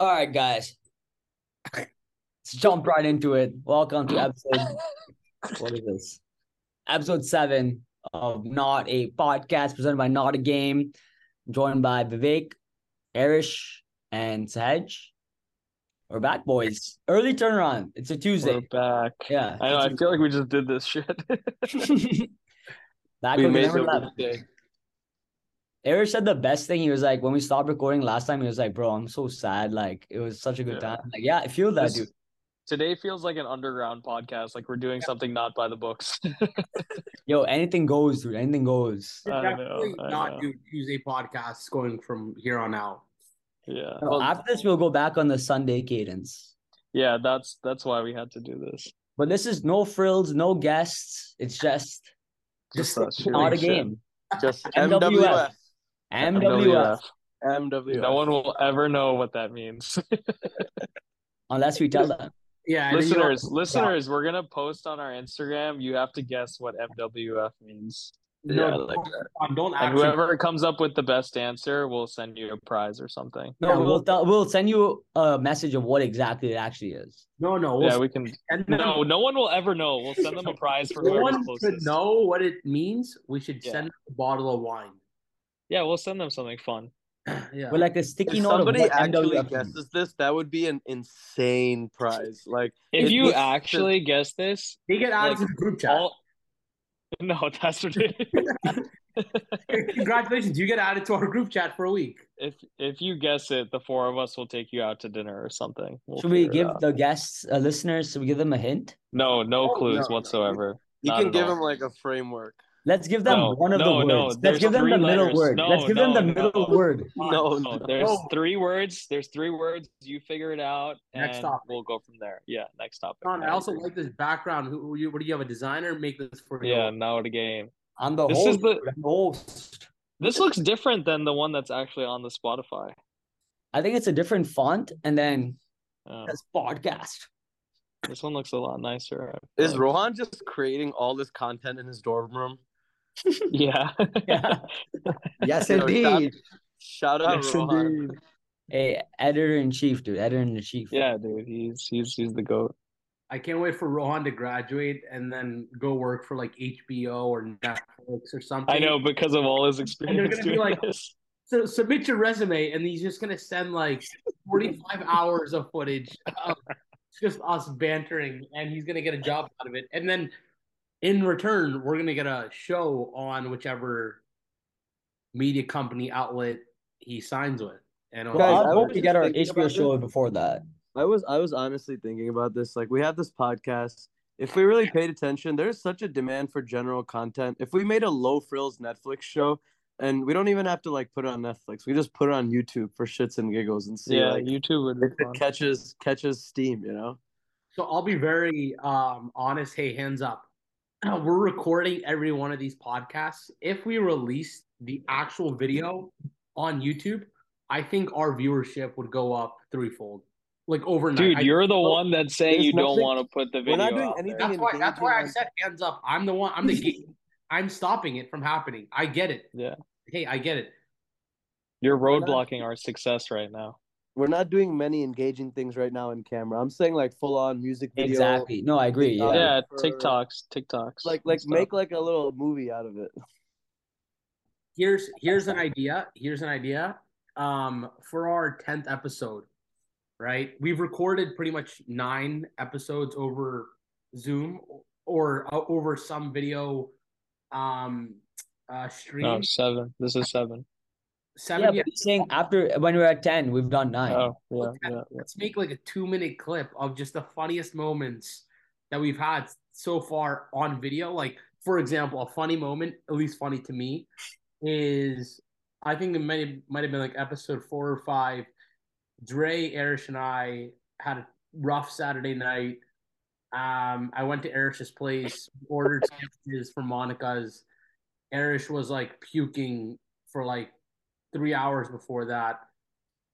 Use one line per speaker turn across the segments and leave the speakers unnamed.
right, guys. Let's jump right into it. Welcome to episode. what is this? Episode seven of Not a Podcast, presented by Not a Game. I'm joined by Vivek, Arish, and Sahaj. We're back, boys. Early turnaround. It's a
We're
Tuesday.
back.
Yeah.
I know. I feel like we just did this shit.
back
we
when we
made
never
the
left.
day.
Eric said the best thing. He was like, when we stopped recording last time, he was like, bro, I'm so sad. Like, it was such a good
Yeah.
time. Like, yeah, I feel that,
This-
dude.
Today feels like an underground podcast. Like we're doing something not by the books.
Yo, anything goes, dude. Anything goes. Uh,
I know,
definitely
I know.
not do Tuesday podcasts going from here on out.
yeah.
No,
Well,
after this, we'll go back on the Sunday cadence.
yeah. That's that's why we had to do this.
But this is no frills, no guests. It's just
Just
Just
us shooting
not a
shit.
game.
Just
MWF. MWF.
MWF.
No one will ever know what that means.
Unless we tell them.
Yeah, and then you don't-
listeners, listeners, we're gonna post on our Instagram. You have to guess what MWF means.
Yeah,
no,
like that.
don't, don't
And
actually.
whoever comes up with the best answer will send you a prize or something.
No,
Yeah,
we'll,
we'll-
tell, we'll send you a message of what exactly it actually is.
no, no, we'll
Yeah, we can
send them-
No, no one will ever know. We'll send them a prize for
no
whoever's
one should
closest.
know what it means. We should
Yeah.
send them a bottle of wine.
Yeah, we'll send them something fun.
yeah,
But like a sticky
If
note of
somebody
what
actually
MWF means.
guesses this, that would be an insane prize. Like
If
It
you
was-
actually guess this,
they get out
like,
of the group chat.
all no, that's ridiculous.
Congratulations, you get added to our group chat for a week.
if if you guess it, the four of us will take you out to dinner or something. We'll
Should we
figure it
give
out.
the guests, uh, listeners, should we give them a hint?
No, no
Oh, no,
clues
no.
whatsoever.
you
Not
can
at
give
all.
them like a framework.
Let's give them
No,
one of
no,
the
no,
words. Let's
there's
give them the
three
middle
letters.
word.
No,
Let's give them
no,
the middle
no.
word.
No,
No,
no.
there's
No.
three words. There's three words. You figure it out, and
Next topic.
we'll go from there. Yeah, next topic.
John, I
Yeah.
also like this background. Who, who you? What do you have? A designer make this for you?
yeah, now the game.
I'm the
This
host.
is the-
I'm the host.
This looks different than the one that's actually on the Spotify.
I think it's a different font, and then
Oh.
that's podcast.
This one looks a lot nicer. I
Is
feel
Rohan just creating all this content in his dorm room?
like. Yeah.
Yeah.
Yes,
indeed.
Shout out
Yes,
Rohan.
indeed.
Hey, editor in chief, dude. Editor in chief.
Yeah, dude. He's he's he's the goat.
I can't wait for Rohan to graduate and then go work for like HBO or Netflix or something.
I know because of all his experience
gonna be
doing
like-
this.
So submit your resume, and he's just gonna send like 45 hours of footage of just us bantering, and he's gonna get a job out of it. And then in return, we're gonna get a show on whichever media company outlet he signs with. And
Guys,
Guys,
I
I
hope
was
we
just
get our
thinking
HBO
about
show
this.
before that.
I was I was honestly thinking about this. Like we have this podcast. If we really paid attention, there's such a demand for general content. If we made a low frills Netflix show, and we don't even have to like put it on Netflix, we just put it on YouTube for shits and giggles and see
Yeah,
like
YouTube would be
if it
fun.
catches catches steam, you know.
so I'll be very um, honest. Hey, hands up. Uh, We're recording every one of these podcasts. If we release the actual video on YouTube, I think our viewership would go up threefold, like overnight.
Dude,
I-
you're the one that's saying
Oh, There's
you don't
nothing-
want to put the video
We're not doing
out there.
anything-
That's why. That's why I
engaging,
said hands up. I'm the one. I'm the. gate- I'm stopping it from happening. I get it.
Yeah.
Hey, I get it.
You're
We're
roadblocking
not-
our success right now.
We're not doing many engaging things right now in camera. I'm saying like full on music video.
Exactly. No, I agree. Yeah.
Yeah.
Yeah,
for-
TikToks, TikToks.
Like
and
like
stuff.
make like a little movie out of it.
Here's here's an idea. Here's an idea. Um, for our tenth episode, right? We've recorded pretty much nine episodes over Zoom or uh, over some video, um, uh, stream.
no seven. This is seven.
Yeah,
Seven.
but he's saying after when we're at 10, we've done nine.
Oh yeah, yeah, yeah.
let's make like a two minute clip of just the funniest moments that we've had so far on video. Like, for example, a funny moment, at least funny to me, is I think it might have, might have been like episode four or five. Dre, Erish, and I had a rough Saturday night. Um, I went to Erish's place, ordered sandwiches from Monica's. Erish was like puking for like three hours before that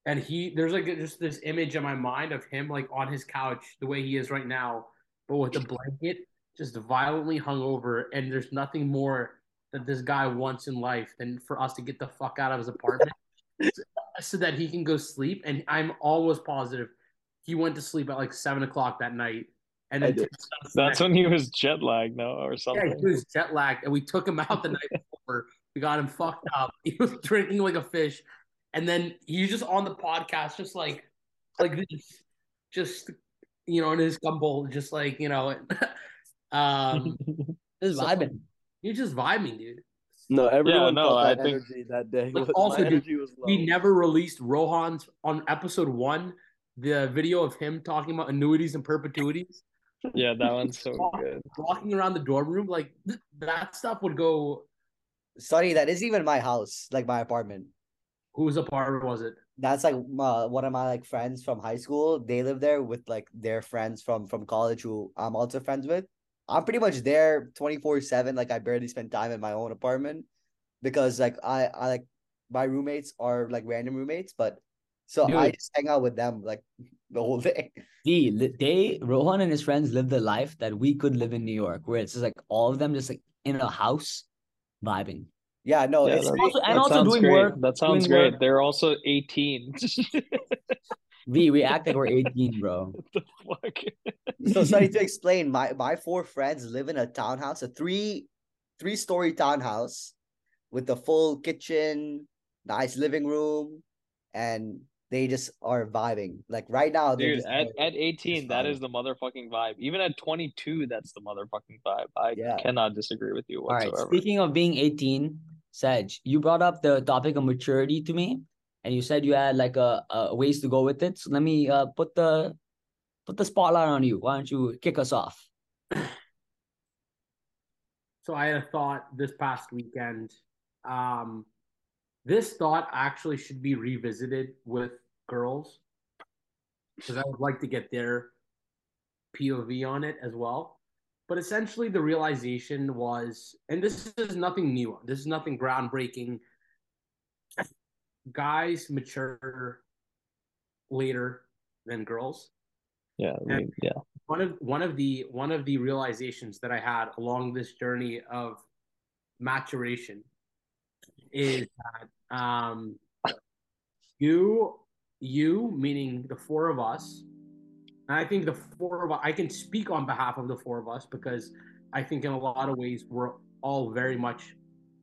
and he there's like just this image in my mind of him like on his couch the way he is right now but with a blanket just violently hungover and there's nothing more that this guy wants in life than for us to get the fuck out of his apartment so that he can go sleep. And I'm almost positive he went to sleep at like seven o'clock that night. And
I
then
did.
texted us
That's
the next-
when he was jet lagged, no, or
yeah,
something.
he was jet lagged, and we took him out the night before. We got him fucked up. He was drinking like a fish, and then he's just on the podcast, just like, like this, just you know, in his gumbo, just like you know, um,
This is
So-
vibing.
you're just vibing, dude.
No, everyone
no,
felt
I
that
think-
energy that day.
Like,
My
also, dude,
energy was low.
We never released Rohan's on episode one, the video of him talking about annuities and perpetuities,
Yeah, that one's so good.
walking around the dorm room. Like th- that stuff would go.
Sorry, that isn't even my house, like my apartment.
Whose apartment was it?
That's like uh, one of my like friends from high school. They live there with like their friends from from college who I'm also friends with. I'm pretty much there 24/7 like I barely spend time in my own apartment because like I I like my roommates are like random roommates but so I
Dude.
just hang out with them like the whole day.
The li- they Rohan and his friends lived the life that we could live in New York, where it's just like all of them just like in a house, vibing.
Yeah, no,
Yeah,
it's
that-
Also, and
That
also
sounds
doing
great.
work.
That sounds
doing
great.
work.
They're also 18. What
We we act like we're 18, bro.
the fuck?
so sorry to explain my my four friends live in a townhouse a three three story townhouse with a full kitchen nice living room and they just are vibing like right now they're
Dude,
just
at,
vibing.
at 18, that
fine.
is the motherfucking vibe. Even at 22, that's the motherfucking vibe. I
Yeah.
cannot disagree with you
All right.
whatsoever.
Speaking of being 18, Saj, you brought up the topic of maturity to me, and you said you had like a, a ways to go with it. So let me uh, put the put the spotlight on you. Why don't you kick us off?
So I had a thought this past weekend. Um, this thought actually should be revisited with girls because I would like to get their POV on it as well. But essentially, the realization was, and this is nothing new, this is nothing groundbreaking. Guys mature later than girls
yeah, I mean, yeah.
one of one of the one of the realizations that I had along this journey of maturation is that um, you you meaning the four of us, and I think the four of us, I can speak on behalf of the four of us because I think in a lot of ways we're all very much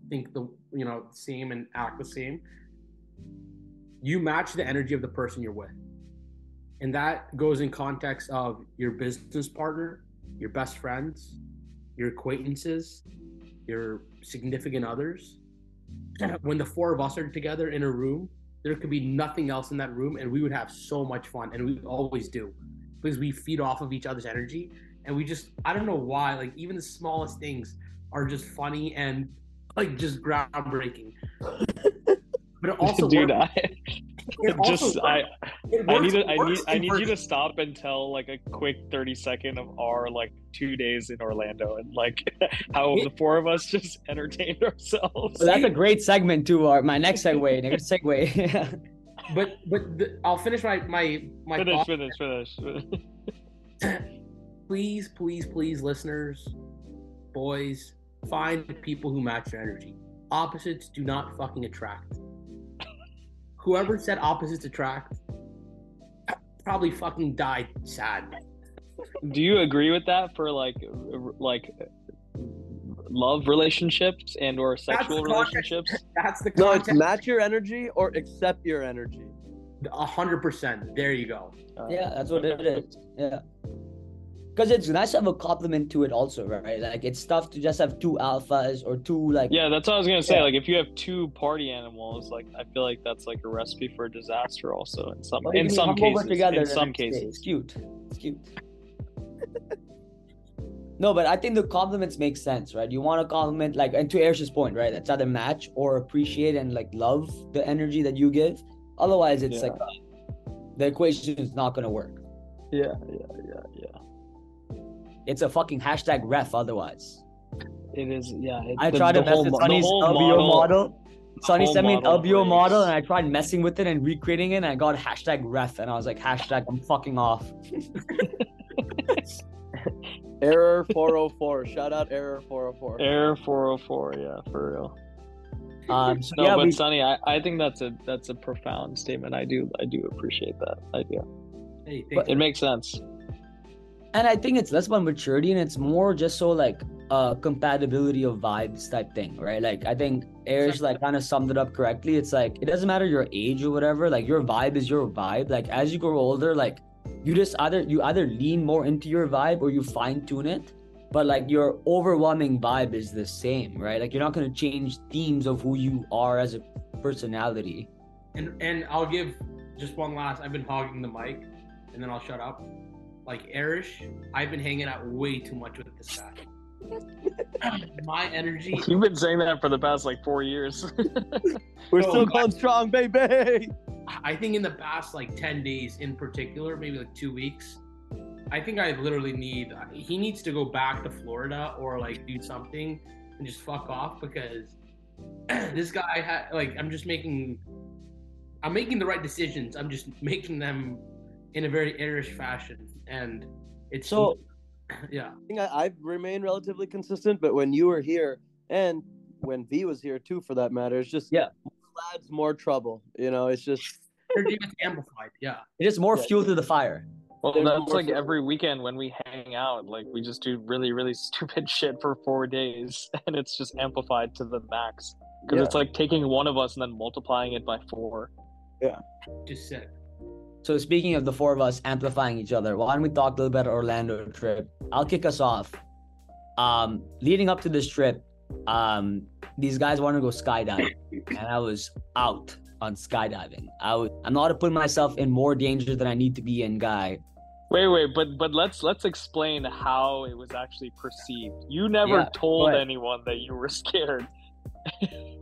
think the you know same and act the same. You match the energy of the person you're with and that goes in context of your business partner, your best friends, your acquaintances, your significant others. When the four of us are together in a room, there could be nothing else in that room, and we would have so much fun, and we always do, because we feed off of each other's energy, and we just I don't know why, like even the smallest things are just funny and like just groundbreaking. but it also
Dude,
works-
I
it also
just
works-
I
it
I
works-
need to,
it
I need
works
I
in
need you
person.
to stop and tell like a quick 30 second of our like 2 days in Orlando and like how the four of us just entertained ourselves.
So that's a great segment too. Our my next segue, next segue.
but but the, I'll finish my my my
finish,
thought.
finish, finish.
please please please listeners, boys, find people who match your energy. Opposites do not fucking attract. Whoever said opposites attract probably fucking died sad.
Do you agree with that for like r- like love relationships and or sexual
the context.
relationships?
That's the
No, it's
context.
match your energy or accept your energy.
A hundred percent. There you go.
Uh,
yeah, that's what it is. Yeah. Because it's nice to have a compliment to it also, right? Like it's tough to just have two alphas or two like
Yeah, that's what I was gonna say.
Yeah.
Like, if you have two party animals, like I feel like that's like a recipe for disaster. Also, in some
Or you
in
can
some
come over
cases,
together
in
the
some
next day.
cases,
It's cute. It's cute. no, but I think the compliments make sense, right? You want to compliment like and to Airship's point, right? That's either match or appreciate and like love the energy that you give. Otherwise, it's
Yeah.
like uh, the equation is not gonna work.
yeah, yeah, yeah, yeah.
It's a fucking hashtag ref. Otherwise,
It is. Yeah, it,
I tried to mess
whole
with
mo-
Sonny's
whole
LBO model. Sonny
whole
sent me an
model
LBO model, and
breaks.
I tried messing with it and recreating it. And I got hashtag ref, and I was like hashtag I'm fucking off.
Error 404. Shout out oh Error 404.
Air four hundred four. Yeah, for real.
Um, so
No,
yeah,
but
we,
Sonny, I, I think that's a that's a profound statement. I do I do appreciate that idea.
Hey, thanks.
But-
It makes sense.
and I think it's less about maturity and it's more just so like uh compatibility of vibes type thing, right? Like I think Arish like kind of summed it up correctly. It's like it doesn't matter your age or whatever, like your vibe is your vibe. Like as you grow older, like you just either you either lean more into your vibe or you fine tune it. But like your overwhelming vibe is the same, right? Like you're not gonna change themes of who you are as a personality.
And and I'll give just one last. I've been hogging the mic, and then I'll shut up. Like Arish, I've been hanging out way too much with this guy. My energy.
You've been saying that for the past like four years.
We're
No,
still
but-
going strong, baby.
I think in the past like ten days, in particular, maybe like two weeks, I think I literally need. He needs to go back to Florida or like do something and just fuck off because this guy had like I'm just making. I'm making the right decisions. I'm just making them in a very Irish fashion, and it's
So
yeah.
think I, I've remained relatively consistent, but when you were here and when V was here too, for that matter, it's just
Yeah.
more lads, more trouble. You know, it's just
Energy gets amplified. Yeah.
It's just more
Yeah.
fuel to the fire.
Well,
There's
that's
more
like
for-
every weekend when we hang out, like we just do really, really stupid shit for four days, and it's just amplified to the max because
Yeah.
it's like taking one of us and then multiplying it by four.
Just sick.
So speaking of the four of us amplifying each other, why don't we talk a little bit about Orlando trip? I'll kick us off. Um, leading up to this trip, um, these guys wanted to go skydiving, and I was out on skydiving. I was, I'm not putting myself in more danger than I need to be in, guy.
Wait, wait, but but let's let's explain how it was actually perceived. You never
Yeah,
told
ahead.
anyone that you were scared.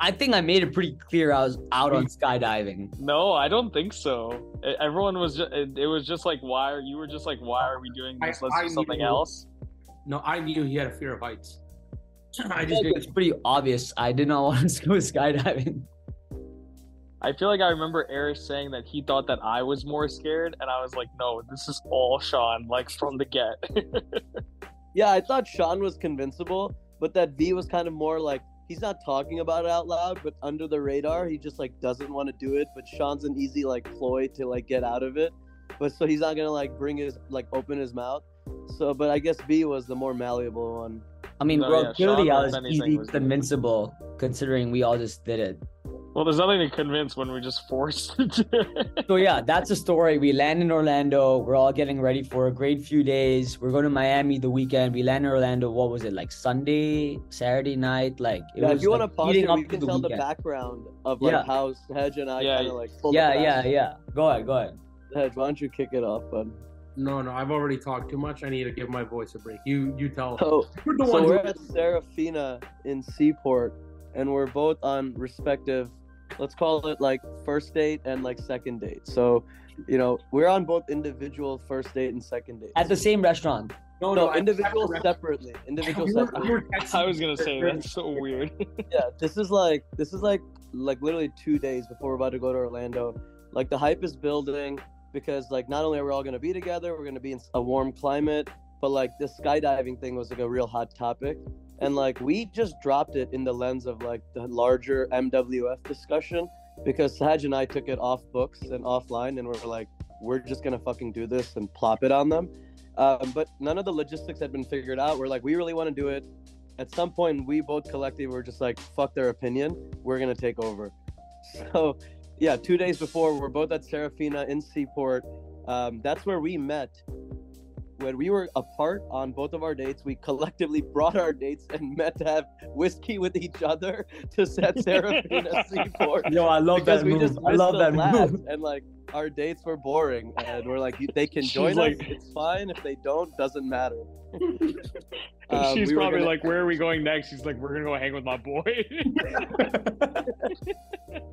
I think I made it pretty clear I was out on skydiving.
No, I don't think so. E- Everyone was just, it it was just like why are you were just like why are we doing
I-
this? Let's
I
do something
knew.
else.
No, I knew he had a fear of heights. I just
It's pretty obvious. I did not want to go skydiving.
I feel like I remember Eric saying that he thought that I was more scared, and I was like, no, this is all Sean, like from the get.
yeah. I thought Sean was convincible, but that V was kind of more like he's not talking about it out loud, but under the radar, he just like doesn't want to do it. But Sean's an easy like ploy to like get out of it, but so he's not gonna like bring his like open his mouth. So, but I guess V was the more malleable one.
I mean,
No,
bro,
yeah,
clearly
Sean,
I
if
was
anything,
easy
was the-
convincible considering we all just did it.
well, there's nothing to convince when we're just forced to do it.
So yeah, that's the story. We land in Orlando. We're all getting ready for a great few days. We're going to Miami the weekend. We land in Orlando. What was it like Sunday, Saturday night? Like it
Yeah,
was
if you want
like,
to pause
leading
it,
up
we
to
can
the
tell the
weekend.
background of like
Yeah.
how Hedge and I
Yeah,
kind of like pulled
Yeah,
the
yeah,
back.
yeah. Go ahead, go ahead.
Hedge, why don't you kick it off, bud?
No, no, I've already talked too much. I need to give my voice a break. You, you tell.
Oh,
We're the
so
ones
we're
who-
at Serafina in Seaport, and we're both on respective, let's call it like first date and like second date. So, you know, we're on both individual first date and second date.
At the same restaurant.
no,
no,
I-
individual
I-
separately. Individual
We were- we
separately.
were texting.
I was gonna say that's so weird.
Yeah, this is like this is like like literally two days before we're about to go to Orlando. Like the hype is building because like not only are we all gonna be together, we're gonna be in a warm climate, but like this skydiving thing was like a real hot topic, and like we just dropped it in the lens of like the larger MWF discussion because Saj and I took it off books and offline, and we're like we're just gonna fucking do this and plop it on them. Um, but none of the logistics had been figured out. We're like, we really want to do it. At some point, we both collectively were just like, fuck their opinion. We're going to take over. So, yeah, two days before, we're both at Serafina in Seaport. Um, that's where we met. When we were apart on both of our dates, we collectively brought our dates and met to have whiskey with each other to set Serafina Seaport
Yo, I love
because
that
we
move.
just
I love
missed
that
the laugh,
move.
and like our dates were boring and we're like you- they can
She's
join
like-
us it's fine if they don't doesn't matter Um,
She's
we were
probably
gonna-
like, where are we going next? She's like, we're gonna go hang with my boy.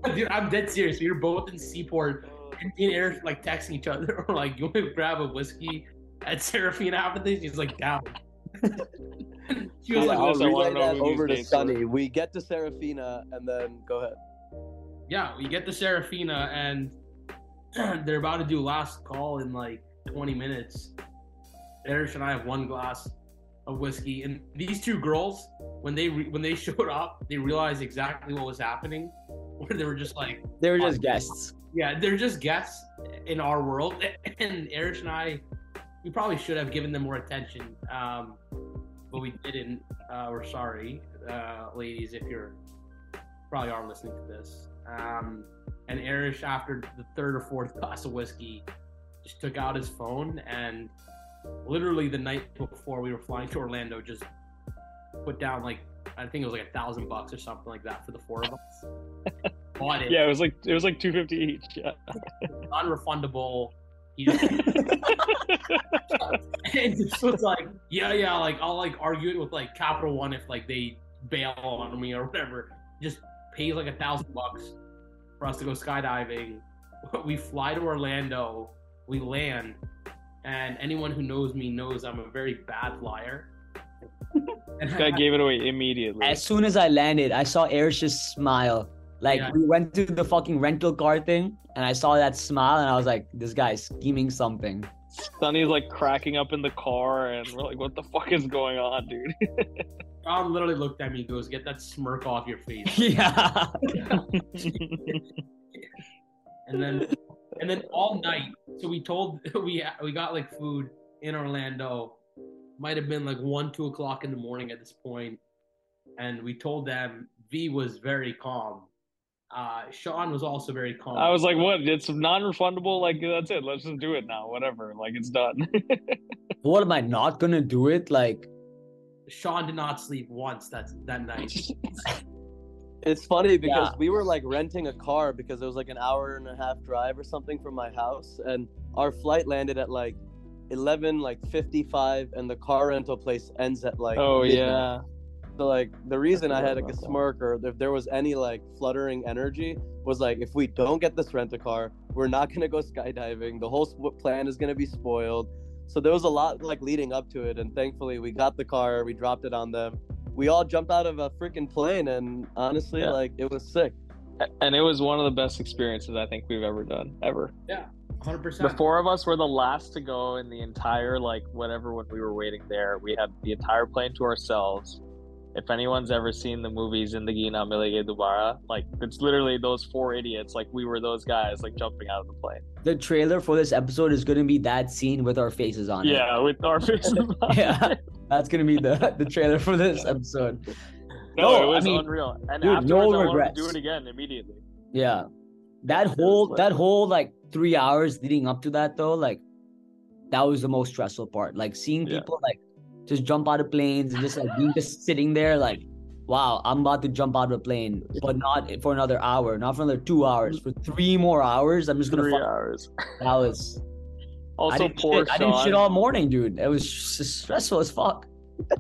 Dude, I'm dead serious. We were both in Seaport, and me and Eric like texting each other. We're like, you want to grab a whiskey at Serafina after this? He's like, down. she was
yeah,
like,
I'll
"Listen, I wanna
relay
know
that
who these
over to
dates were."
Sunny. We get to Serafina and then go ahead.
yeah, we get to Serafina and they're about to do last call in like 20 minutes. Eric and I have one glass of whiskey. And these two girls, when they re- when they showed up, they realized exactly what was happening. Where they were just like,
They were just guests.
yeah, they're just guests in our world. And Erich and I, we probably should have given them more attention, um, but we didn't. Uh, we're sorry, uh, ladies, if you're probably are listening to this. Um, and Erich, after the third or fourth glass of whiskey, just took out his phone and literally the night before we were flying to Orlando, just put down like I think it was like a thousand bucks or something like that for the four of us. Bought it
Yeah, it was like it was like two fifty each. Yeah.
non-refundable. You just, and just was like, yeah, yeah, like I'll like argue it with like Capital One if like they bail on me or whatever. Just pays like a thousand bucks for us to go skydiving. We fly to Orlando, we land, and anyone who knows me knows I'm a very bad liar. and
This guy gave it away immediately.
As soon as I landed, I saw Erich just smile. Like
Yeah.
we went to the fucking rental car thing, and I saw that smile, and I was like, "This guy's scheming something."
Sunny's like cracking up in the car, and we're like, "What the fuck is going on, dude?"
John literally looked at me and goes, "Get that smirk off your face."
yeah.
and then and then all night. So we told we we got like food in Orlando. Might have been like one, two o'clock in the morning at this point, and we told them V was very calm. Uh, Sean was also very calm.
I was like, "What? It's non-refundable. Like that's it. Let's just do it now. Whatever. Like it's done."
what am I not gonna do it? Like,
Sean did not sleep once that that night.
It's funny because we were like renting a car because it was like an hour and a half drive or something from my house, and our flight landed at like eleven, like fifty-five, and the car rental place ends at like.
oh
midnight.
yeah.
So like the reason I had like a smirk or if there was any like fluttering energy was like if we don't get this rent a car, we're not gonna go skydiving. The whole sp- plan is gonna be spoiled. So there was a lot like leading up to it, and thankfully we got the car. We dropped it on them. We all jumped out of a freaking plane, and honestly,
Yeah.
like it was sick.
And it was one of the best experiences I think we've ever done, ever.
Hundred
The
percent.
four of us were the last to go in the entire, like, whatever, when we were waiting there. We had the entire plane to ourselves. If anyone's ever seen the movies in the Gina Milige Dubara, like, it's literally those four idiots. Like, we were those guys, like, jumping out of the plane.
the trailer for this episode is gonna be that scene with our faces on it.
Yeah, with our faces.
Yeah. That's gonna be the the trailer for this episode.
no,
No,
it
I
was
mean,
unreal. And
dude, no
afterwards, I wanted to
regrets.
do it again immediately.
Yeah. That
Yeah, it was
whole
lit.
that whole like three hours leading up to that though, like that was the most stressful part. Like seeing
Yeah.
people like just jump out of planes and just like being just sitting there like wow, I'm about to jump out of a plane, but not for another hour, not for another two hours, for three more hours. I'm just gonna
Three
fuck
hours.
that was I
Also,
didn't
poor
shit, I
Sean.
didn't shit all morning, dude. It was s- stressful as fuck.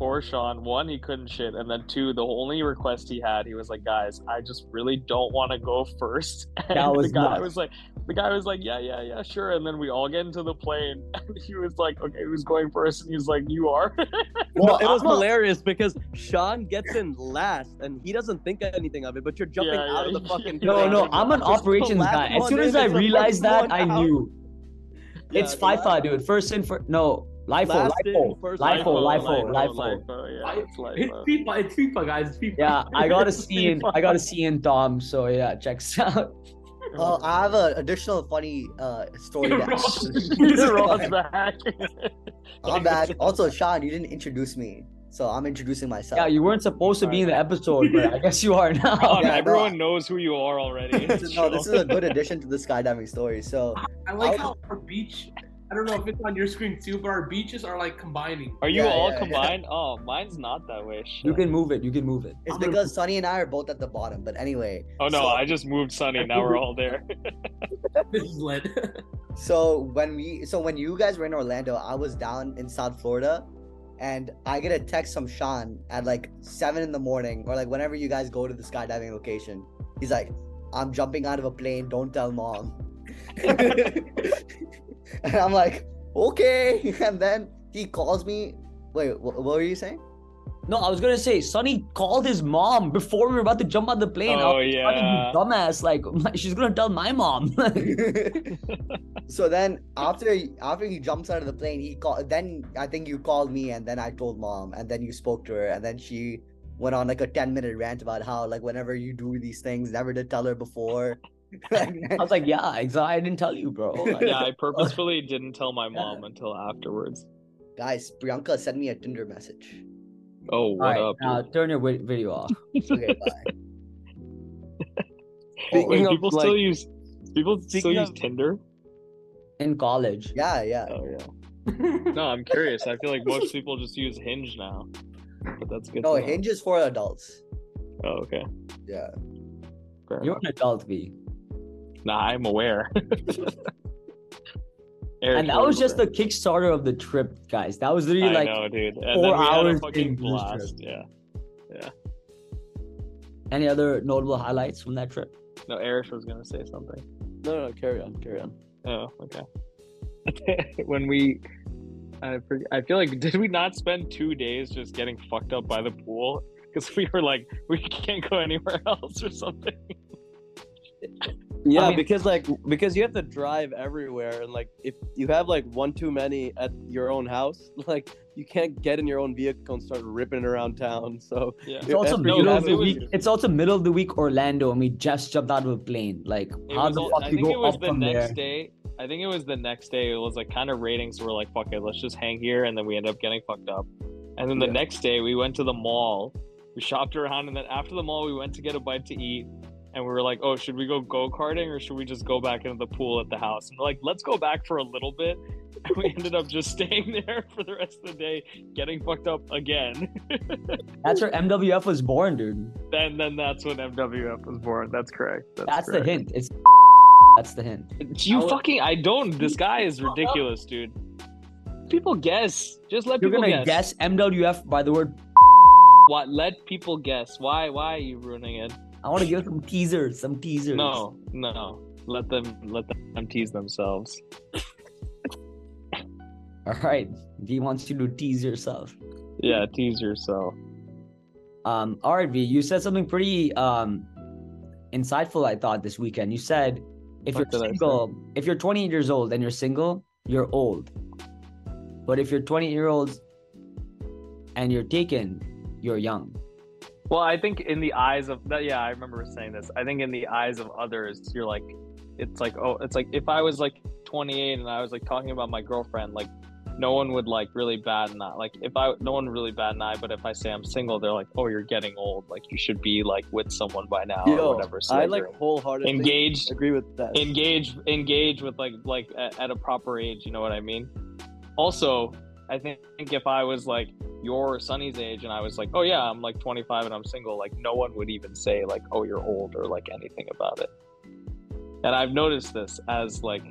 poor Sean. One, he couldn't shit, and then two, the only request he had, he was like, "Guys, I just really don't want to go first. And
That was
the guy
nuts.
was like, the guy was like, "Yeah, yeah, yeah, sure." And then we all get into the plane, and he was like, "Okay, who's going first? And he was like, "You are."
Well, it was
I'm a-
hilarious because Sean gets in last and he doesn't think anything of it, but you're jumping
Yeah,
out
yeah,
of the fucking.
yeah.
No,
plane.
no, I'm an
Just
operations
collapse
guy. As
one
soon
in,
as I
it's the
realized
first
that, I
one out.
knew.
Yeah,
it's
the last-
FIFA, dude. First in for no LIFO,
Last in,
LIFO,
first
LIFO,
out.
LIFO, LIFO.
Yeah, it's
It's
LIFO.
FIFA. It's FIFA, guys. It's FIFA.
Yeah, I got a
It's
C in. I got a C in Tom. So yeah, checks out.
Oh, I have an additional funny uh story. to
Ross.
add.
He's Ross back.
I'm back. Also, Sean, you didn't introduce me, so I'm introducing myself.
Yeah, you weren't supposed to be in the episode, but I guess you are now.
Sean,
Yeah, no,
Oh, everyone knows who you are already.
This is- no, this is a good addition to the skydiving story. So
I like
I-
how our beach. I don't know if it's on your screen too, but our beaches are like combining.
Are you
Yeah,
all
yeah, yeah.
combined? Oh, mine's not that way.
You
Shit.
can move it. You can move it.
it's
I'm gonna-
because Sonny and I are both at the bottom. But anyway,
Oh no,
so-
I just moved Sunny. Now we're all there.
This is lit.
So when we, so when you guys were in Orlando, I was down in South Florida, and I get a text from Sean at like seven in the morning or like whenever you guys go to the skydiving location. He's like, "I'm jumping out of a plane. Don't tell mom." and I'm like, "Okay." And then he calls me. Wait, wh- what were you saying?
No, I was gonna say Sonny called his mom before we were about to jump on the plane. I
Oh
was like, "Sonny, you
yeah.
dumbass! Like she's gonna tell my mom.
So then after after he jumps out of the plane, he called. Then I think you called me, and then I told mom, and then you spoke to her, and then she went on like a ten minute rant about how like whenever you do these things, never did tell her before.
I was like, yeah, exactly. I didn't tell you, bro. Like,
Yeah, I purposefully didn't tell my mom until afterwards.
Guys, Priyanka sent me a Tinder message.
Oh,
All
what
right,
up?
now turn your wi- video off.
Okay, bye.
Wait,
Speaking of,
people still
like-
use people still
Speaking
use
of-
Tinder?
In college,
Yeah, yeah.
Oh yeah. No, I'm curious. I feel like most people just use Hinge now, but that's good.
No,
Oh,
to know.
Hinge is for adults.
Oh, okay.
Yeah.
Fair
you're
enough.
an adult, B.
Nah, I'm aware. Eric,
And that
you're
was just the
aware.
Kickstarter of the trip, guys. That was really
I
like,
know, dude. And then
four
we had a
hours
fucking
in Blue's
blast. Yeah.
any other notable highlights from that trip?
No, Eric was gonna say something.
No, no, carry on, carry on.
Oh, okay. when we, I, for- I feel like did we not spend two days just getting fucked up by the pool because we were like we can't go anywhere else or something.
Yeah,
I mean-
because like because you have to drive everywhere, and like if you have like one too many at your own house, like you can't get in your own vehicle and start ripping it around town. So
Yeah.
It's also
After
middle
you
of
have
the
it with
week.
you.
It's also middle of the week Orlando, and we just jumped out of a plane. Like,
It
how
was
the
all-
fuck
I
you
think it
go
was
up
the
from
next
there?
day. I think it was the next day. It was like kind of rating, so we're like, "Fuck it, let's just hang here." And then we end up getting fucked up. And then the next day, we went to the mall. We shopped around, and then after the mall, we went to get a bite to eat. And we were like, "Oh, should we go go karting or should we just go back into the pool at the house?" And we're like, "Let's go back for a little bit." And we ended up just staying there for the rest of the day, getting fucked up again.
That's where MWF was born, dude.
then, then that's when MWF was born. That's correct.
That's the
correct.
hint. It's that's the hint.
You fucking, I don't. This guy is ridiculous, dude. People guess. Just let
You're
people
gonna
guess.
guess MWF by the word.
What? Let people guess. Why? Why are you ruining it?
I want to give some teasers, some teasers.
No, no. Let them, let them tease themselves.
All right. V wants you to tease yourself.
Yeah, tease yourself.
Um, all right, V, you said something pretty um insightful, I thought, this weekend. You said if
What
you're
did I say?
single, if you're 28 years old and you're single, you're old. But if you're 20 year olds and you're taken, you're young.
Well, I think in the eyes of that, yeah, I remember saying this. I think in the eyes of others, you're like, it's like, oh, it's like if I was like 28 and I was like talking about my girlfriend, like no one would like really bad an eye. Like if I, no one would really bad an eye, but if I say I'm single, they're like, oh, you're getting old. Like you should be like with someone by now
Oh,
Yo,
or whatever. So
I
that
like
you're
wholeheartedly
engaged,
agree with that.
engage, engage with like, like a- at a proper age. You know what I mean? Also, I think if I was like your Sonny's age and I was like, oh yeah, I'm like 25 and I'm single, like no one would even say like, oh, you're old or like anything about it. And I've noticed this as like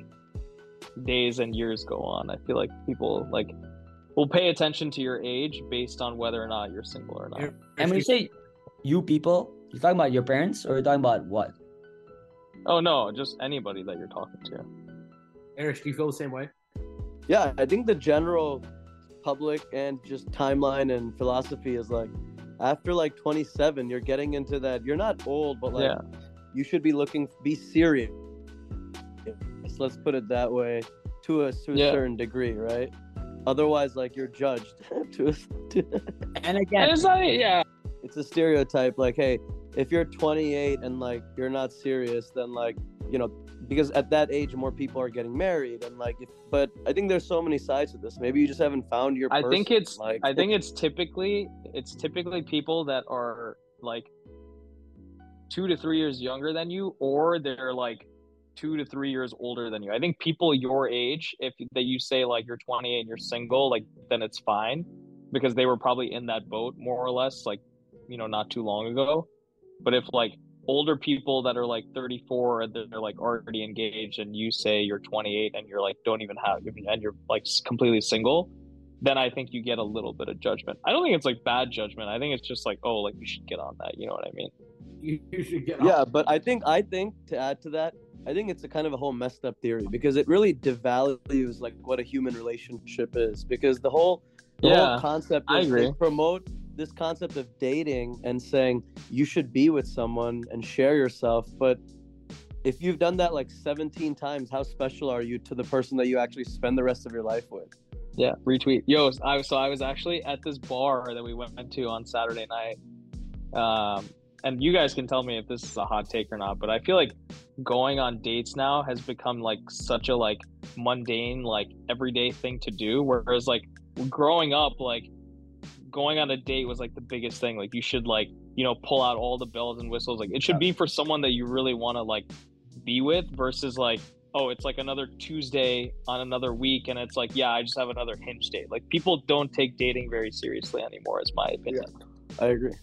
days and years go on. I feel like people like will pay attention to your age based on whether or not you're single or not.
And when you say you people, you're talking about your parents or you're talking about what?
Oh no, just anybody that you're talking to.
Eric, do you feel the same way?
Yeah, I think the general public and just timeline and philosophy is like after like 27, you're getting into that. You're not old, but like you should be looking, be serious. Let's put it that way to a, to a
Yeah.
certain degree, right? Otherwise, like you're judged. to a, to,
And
And
again,
it's not, yeah,
it's a stereotype. Like, hey, if you're 28 and like you're not serious, then like you know, because at that age more people are getting married and like. If, but I think there's so many sides to this. Maybe you just haven't found your.
I think
person,
it's
like
I think it's typically it's typically people that are like two to three years younger than you, or they're like two to three years older than you. I think people your age, if that you say like you're 20 and you're single, like then it's fine because they were probably in that boat more or less, like you know, not too long ago. But if like older people that are like 34 and they're like already engaged and you say you're 28 and you're like don't even have and you're like completely single then i think you get a little bit of judgment i don't think it's like bad judgment i think it's just like oh like you should get on that you know what i mean
You, you should get
yeah,
off.
but I think I think to add to that, I think it's a kind of a whole messed up theory because it really devalues like what a human relationship is because the whole the whole concept
I
is they
agree.
promote this concept of dating and saying you should be with someone and share yourself, but if you've done that like 17 times, how special are you to the person that you actually spend the rest of your life with?
Yeah, retweet. Yo, I so I was actually at this bar that we went to on Saturday night. Um, and you guys can tell me if this is a hot take or not, but I feel like going on dates now has become like such a like mundane, like everyday thing to do. Whereas like growing up, like going on a date was like the biggest thing. Like you should like, you know, pull out all the bells and whistles. Like it should be for someone that you really want to like be with versus like oh, it's like another Tuesday on another week, and it's like, yeah, I just have another hinge date. Like people don't take dating very seriously anymore, is my opinion.
I agree.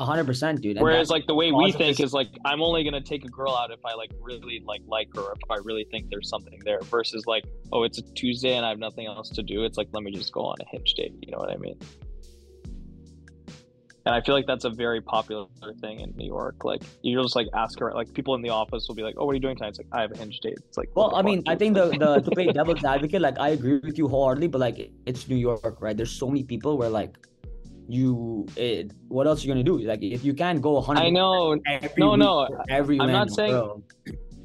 hundred percent, dude. And
Whereas
that-
like the way we
Awesome.
think is like, I'm only gonna take a girl out if I like really like like her, if I really think there's something there. Versus like, oh, it's a Tuesday and I have nothing else to do. It's like let me just go on a hinge date. You know what I mean? And I feel like that's a very popular thing in New York. Like you just like ask her, like people in the office will be like, "Oh, what are you doing tonight?" It's like I have a hinge date. It's like,
well,
what the
I
fuck,
mean, I
dude?
think the the to play devil's advocate, like I agree with you wholeheartedly, but like it's New York, right? There's so many people where like you, it, what else are you gonna do? Like if you can't go hundred,
I know.
Every
No,
week
no,
for every
I'm
man in
not
the
saying-
world.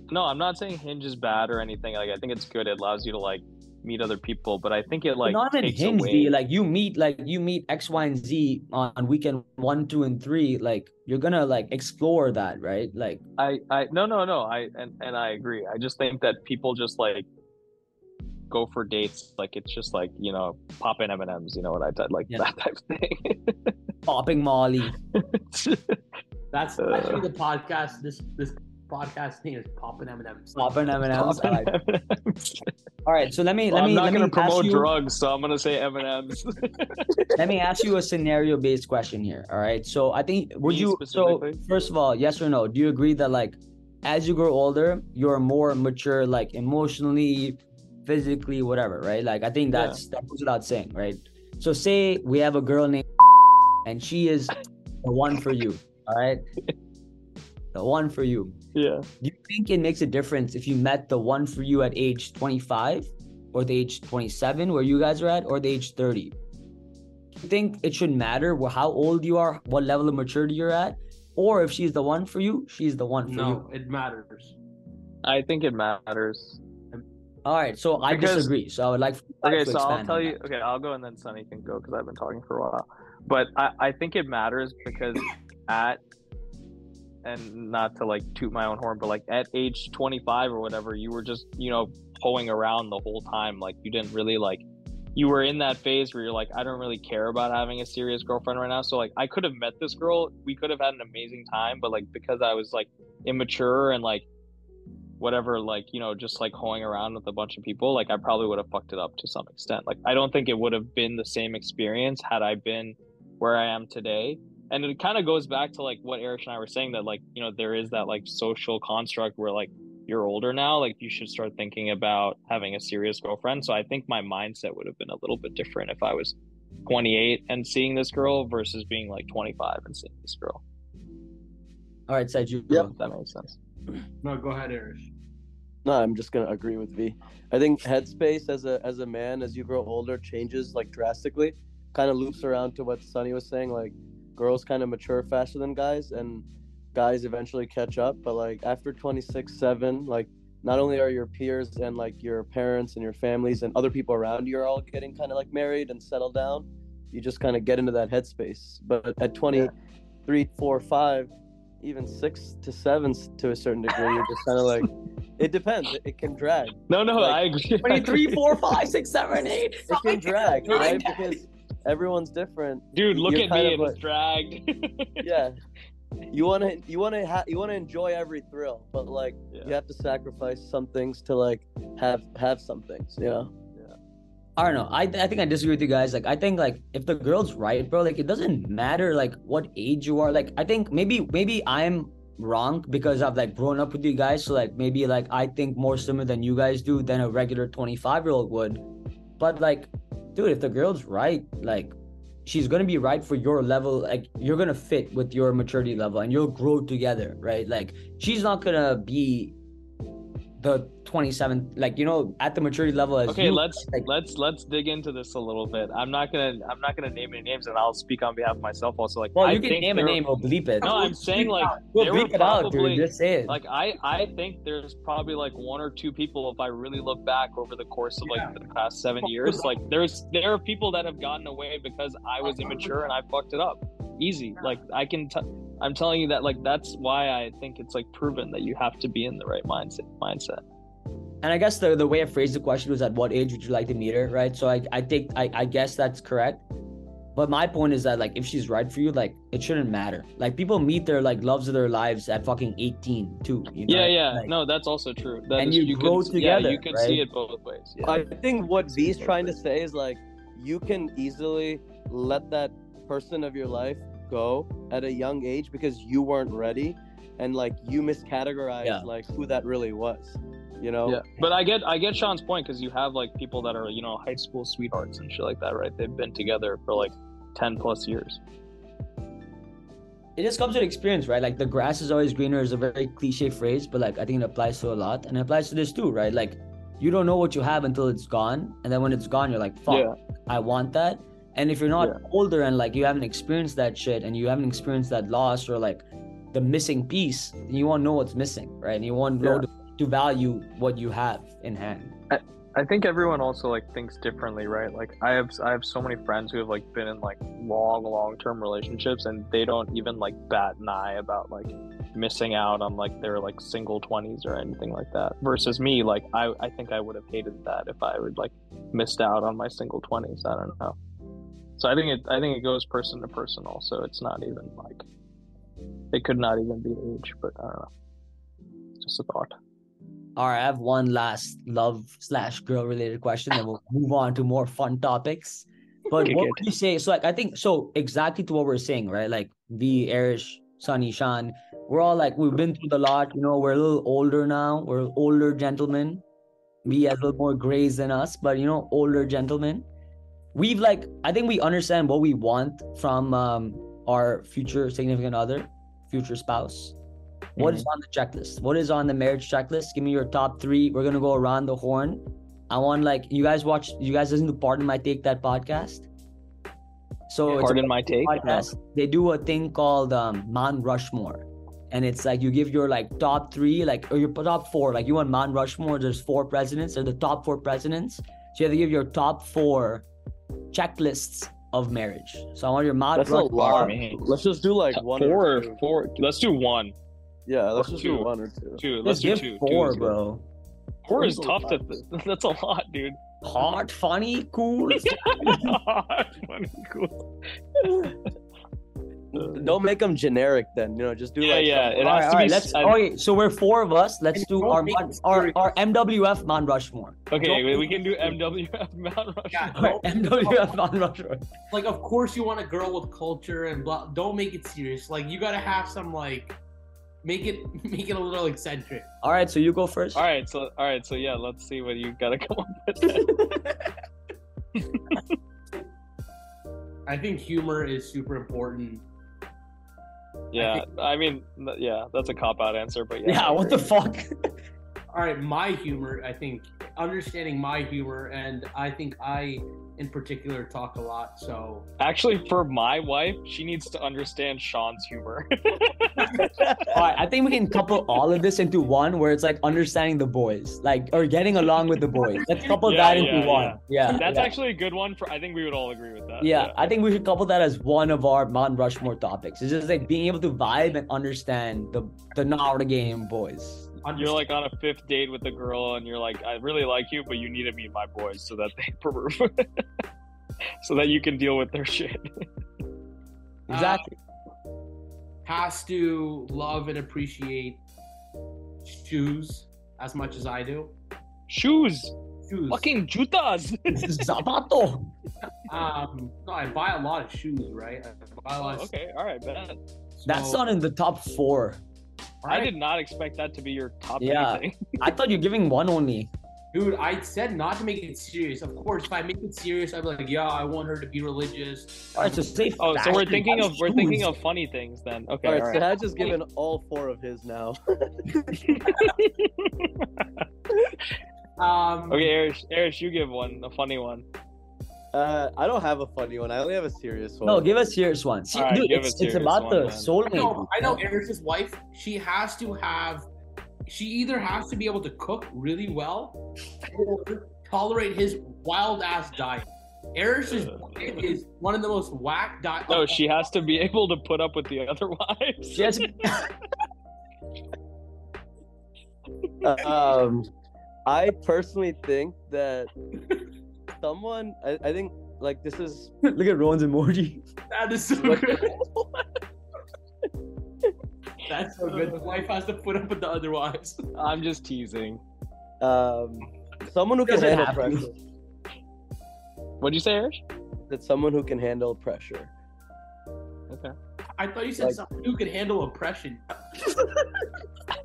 No, I'm not saying Hinge is bad or anything. Like I think it's good. It allows you to like meet other people, but I think it like
not even
takes
hinge
away.
D, like you meet like you meet x y and z on on weekend one two and three like you're gonna like explore that right like
I, I no no no I and, and I agree. I just think that people just like go for dates. Like it's just like you know pop in M and M's. You know what I did like
Yeah.
that type of thing.
popping molly
That's
Uh.
actually the podcast. This this podcast name is Poppin' M&M's.
popping m&ms
Pop
all
in
right.
M&Ms.
all right so let me let
Well, I'm
me
not
let me
gonna promote
ask you,
drugs, so I'm gonna say M and M's.
let me ask you a scenario based question here all right so i think would
Me
you so
specifically?
first of all yes or no do you agree that like as you grow older you're more mature like emotionally physically whatever right like i think
Yeah.
that's that goes without saying right so say we have a girl named and she is the one for you all right the one for you
Yeah.
do you think it makes a difference if you met the one for you at age 25 or the age 27 where you guys are at or the age 30? Do you think it should matter wh- how old you are, what level of maturity you're at? Or if she's the one for you, she's the one for you.
No, it matters.
I think it matters.
All right, so I
Because-
disagree. So I would like for you guys
okay
to
so i'll
expand
tell
on
you
that.
okay i'll go and then sunny can go because i've been talking for a while but i i think it matters because at and not to like toot my own horn but like at age 25 or whatever you were just you know hoeing around the whole time like you didn't really like you were in that phase where you're like i don't really care about having a serious girlfriend right now so like i could have met this girl we could have had an amazing time but like because i was like immature and like whatever, like, you know, just like hoeing around with a bunch of people, like I probably would have fucked it up to some extent. Like I don't think it would have been the same experience had I been where I am today. And it kind of goes back to like what Eric and I were saying that like, you know, there is that like social construct where like you're older now, like you should start thinking about having a serious girlfriend. So I think my mindset would have been a little bit different if I was 28 and seeing this girl versus being like 25 and seeing this girl.
All right, said you.
If that makes sense.
No, go ahead, Irish.
No, I'm just gonna agree with V. I think headspace as a as a man as you grow older changes like drastically. Kind of loops around to what Sonny was saying. Like girls kind of mature faster than guys, and guys eventually catch up. But like after 26, seven, like not only are your peers and like your parents and your families and other people around you are all getting kind of like married and settled down. You just kind of get into that headspace. But at 23, four, five, even six to seven to a certain degree, you're just kind of like. It depends. It- It can drag.
No, no,
Like,
I agree.
23, 4, 5, 6, 7, 8.
It can drag,
Drag.
right? Because everyone's different.
Dude, look
You're
at
kind
me. It
of
was dragged.
Yeah. You want to you want to ha- you want to enjoy every thrill, but like you
Yeah.
have to sacrifice some things to like have have some things, you know.
I don't know. I, I think I disagree with you guys. Like I think like if the girl's right, bro, like it doesn't matter like what age you are. Like I think maybe maybe I'm wrong because I've like grown up with you guys. So like maybe like I think more similar than you guys do than a regular 25 year old would. But like, dude, if the girl's right, like she's gonna be right for your level. Like you're gonna fit with your maturity level and you'll grow together, right? Like she's not gonna be the 27, like, you know, at the maturity level as
Okay,
you,
let's
like-
let's let's dig into this a little bit. I'm not gonna I'm not gonna name any names, and I'll speak on behalf of myself. Also, like,
well,
I
you can
think
name a
there-
name, we'll bleep it.
No, I'm saying like
we'll
there were
bleep it out,
probably-
dude. Just say it.
like I I think there's probably like one or two people if I really look back over the course of like the past seven years, like there's there are people that have gotten away because I was immature and I fucked it up. Easy, like I can. T- I'm telling you that like that's why I think it's like proven that you have to be in the right mindset. Mindset.
and I guess the, the way I phrased the question was at what age would you like to meet her, right? So I, I think I, I guess that's correct. But my point is that like if she's right for you, like it shouldn't matter. Like people meet their like loves of their lives at fucking 18 too. You know?
yeah, yeah.
Like,
no, that's also true. That
And
is-
you
could
grow
s-
together,
Yeah, you could
right?
see it both ways. Yeah.
I think what V's trying to say is like you can easily let that person of your life go at a young age because you weren't ready and like you miscategorized
Yeah.
like who that really was. You know?
Yeah, but I get I get Sean's point because you have like people that are you know high school sweethearts and shit like that, right? They've been together for like ten plus years.
it just comes with experience, right? Like the grass is always greener is a very cliche phrase, but like I think it applies to a lot and it applies to this too, right? Like you don't know what you have until it's gone, and then when it's gone, you're like, fuck,
Yeah.
I want that. And if you're not older and like you haven't experienced that shit and you haven't experienced that loss or like the missing piece, then you won't know what's missing, right? And you won't know to, to value what you have in hand.
I think everyone also like thinks differently, right? Like I have I have so many friends who have like been in like long long term relationships and they don't even like bat an eye about like missing out on like their like single twenties or anything like that. Versus me, like I I think I would have hated that if I would like missed out on my single twenties. I don't know. So I think it I think it goes person to person. Also, it's not even like it could not even be age, but I don't know. It's just a thought.
All right, I have one last love slash girl related question, and we'll move on to more fun topics. But
Kick
what
it.
would you say? So, like, I think so exactly to what we're saying, right? Like, V, Arish, Sunny, Sean, we're all like we've been through the lot. You know, we're a little older now. We're older gentlemen. V has a little more grays than us, but you know, older gentlemen. We've like I think we understand what we want from um, our future significant other, future spouse. What is on the checklist? What is on the marriage checklist? Give me your top three. We're gonna go around the horn. I want like you guys watch. You guys listen to Pardon My Take that podcast. So it's a
Pardon my take.
podcast. They do a thing called um, Mount Rushmore, and it's like you give your like top three, like or your top four. Like you want Mount Rushmore. There's four presidents. They're the top four presidents. So you have to give your top four checklists of marriage. So I want your Mount
That's a
Rushmore.
lot.
man.
Let's just do like one
Uh, four
or two.
four. Let's do one,
Yeah, let's
or
just
two.
do one or two.
two. Let's
Just
do
give
two.
four,
two. is-
bro.
Four is
Those are
tough. To,
lots.
that's a lot, dude.
Hot, funny, cool.
Funny, cool.
Don't make them generic then, you know, just do
Yeah,
like
yeah. It
All right,
has to
all
be.
right, let's.
I-
okay, so we're four of us. Let's
And
do
don't
our
make
Mount-
it
our,
serious.
our MWF Mount Rushmore.
Okay,
don't-
we, we can do MWF Mount
Yeah,
Rushmore.
Our MWF Mount Rushmore.
like of course you want a girl with culture and blah don't make it serious like you gotta have some like make it make it a little eccentric
All right, so you go first.
All right, so all right, so yeah. Let's see what you gotta come up with.
i think humor is super important
Yeah, I mean, n- yeah, that's a cop out answer, but yeah.
Yeah,
I
what
agree.
the fuck?
all right my humor i think understanding my humor and i think i in particular talk a lot so
Actually, for my wife, she needs to understand Sean's humor.
All right, I think we can couple all of this into one where it's like understanding the boys, like, or getting along with the boys. Let's couple
Yeah,
that into
yeah,
one. Yeah.
that's
yeah.
actually a good one. For I think we would all agree with that.
Yeah, I think we should couple that as one of our Mount Rushmore topics. It's just like being able to vibe and understand the the Nara game boys.
You're like on a fifth date with a girl, and you're like, I really like you, but you need to meet my boys so that they so that you can deal with their shit. Ah,
Exactly.
has to love and appreciate shoes as much as i do
Shoes,
shoes
fucking jutas.
Zapato.
um no i buy a lot of shoes right i buy a lot of
Oh, okay, all right, bet.
That's
so-
not in the top four.
All
I
right.
did not expect that to be your top.
Yeah.
anything.
I thought you're giving one only.
Dude, I said not to make it serious. Of course, if I make it serious, I'd be like, yeah, I want her to be religious.
All right, so say
Oh, so we're
fashion
thinking of we're thinking
shoes.
of funny things then. Okay,
All
all
right,
right.
Sahaj has given all four of his now.
Um,
Okay, Erish, Erish, you give one, a funny one.
Uh, I don't have a funny one. I only have a serious one.
No, give us serious one. See,
All right,
dude,
give
it's,
us
it's
serious
about
one
the
then.
soulmate.
I know, I
dude.
know Eric's wife, she has to have, she either has to be able to cook really well or tolerate his wild ass diet. Eric's diet is one of the most whack diet. Oh,
No, she has to be able to put up with the other wives.
She has,
um, I personally think that someone, I, I think, like this is
look at Rowan's emoji.
that is so good. That's so good. The wife has to put up with the other wives.
I'm just teasing.
um, someone who can
Doesn't
handle
happen.
pressure.
What'd you say, Erish?
That someone who can handle pressure.
I thought you said
Like-
someone who could handle oppression.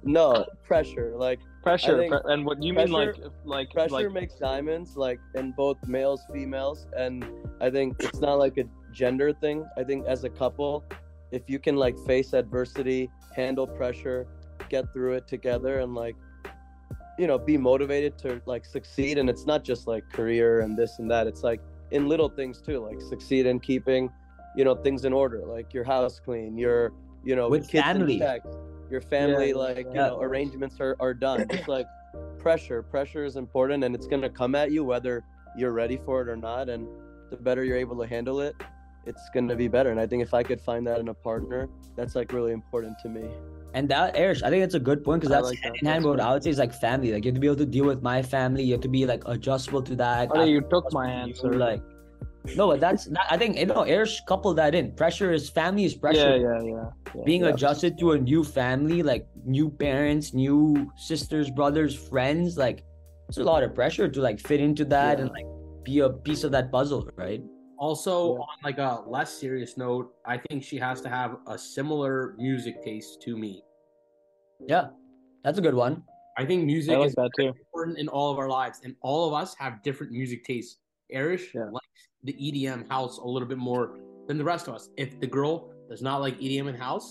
No pressure, like
Pressure,
think
pre- and what you mean like like
pressure
like
makes diamonds, like in both males, females, and I think it's not like a gender thing. I think as a couple, if you can like face adversity, handle pressure, get through it together, and like you know be motivated to like succeed, and it's not just like career and this and that. It's like in little things too, like succeed in keeping you know things in order, like your house clean, your you know
With
kids in
family.
check, your family
Yeah,
like you
yeah.
know arrangements are, are done it's like pressure pressure is important and it's going to come at you whether you're ready for it or not and the better you're able to handle it it's going to be better and i think if i could find that in a partner that's like really important to me
And that, Erish, I think that's a good point because
I
that's
like that.
hand in hand. What I would say is like family. Like you have to be able to deal with my family. You have to be like adjustable to that.
Oh, you took
Adjustable
my
to you,
answer.
Like, no, but that's that, I think you know, Erish coupled that in. Pressure is family is pressure.
yeah, yeah, yeah.
being
Yeah.
adjusted to a new family, like new parents, new sisters, brothers, friends, like it's a lot of pressure to like fit into that
Yeah.
and like be a piece of that puzzle, right?
Also,
Yeah.
on like a less serious note, I think she has to have a similar music taste to me.
Yeah, that's a good one.
I think music
I like
is
that too.
important in all of our lives, and all of us have different music tastes. Erish
Yeah.
likes the EDM house a little bit more than the rest of us. If the girl does not like EDM in house,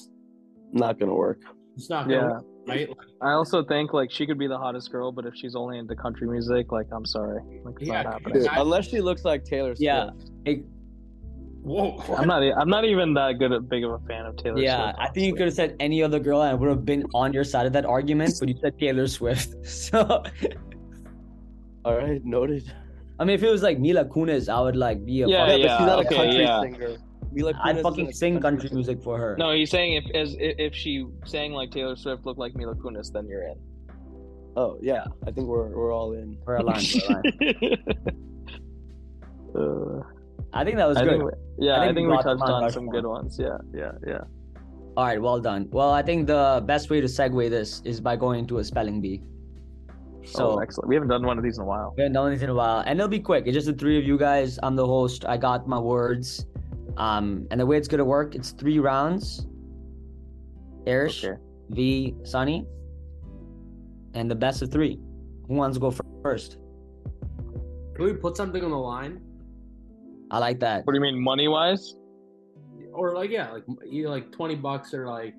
not going to work
it's not
Yeah.
gonna work, right? Like,
I also think like she could be the hottest girl, but if she's only into country music, like I'm sorry, like it's
Yeah,
not
dude.
happening.
Dude, unless she looks like taylor Swift.
Yeah.
whoa,
I'm not. e, I'm not even that good of big of a fan of Taylor.
yeah,
Swift,
I think you could have said any other girl and I would have been on your side of that argument, but you said Taylor Swift. So,
all right noted
I mean, if it was like Mila Kunis, I would like be a
Yeah,
fucking-
but she's not
okay,
a country
yeah.
singer Mila Kunis
I'd
isn't
fucking
a
sing country
singer.
music for her.
No, he's saying if as i- if she sang like Taylor Swift looked like Mila Kunis, then you're in.
oh yeah i think we're, we're all in
for a line, for a line.
Uh,
I think that was
I
good.
think we- yeah,
I
I
think
think,
we
we
got
touched
one,
on
got
some
one.
good ones. Yeah, yeah, yeah.
All right, well done. Well, I think the best way to segue this is by going into a spelling bee. So
oh, excellent. We haven't done one of these in a while.
we haven't done this in a while, and it'll be quick. It's just the three of you guys. I'm the host. I got my words. Um, and the way it's gonna work, it's three rounds. Erish
Okay.
v Sunny, and the best of three. Who wants to go fir- first?
can we put something on the line?
I like that.
What do you mean, money wise?
Or like, yeah, like either like twenty bucks or like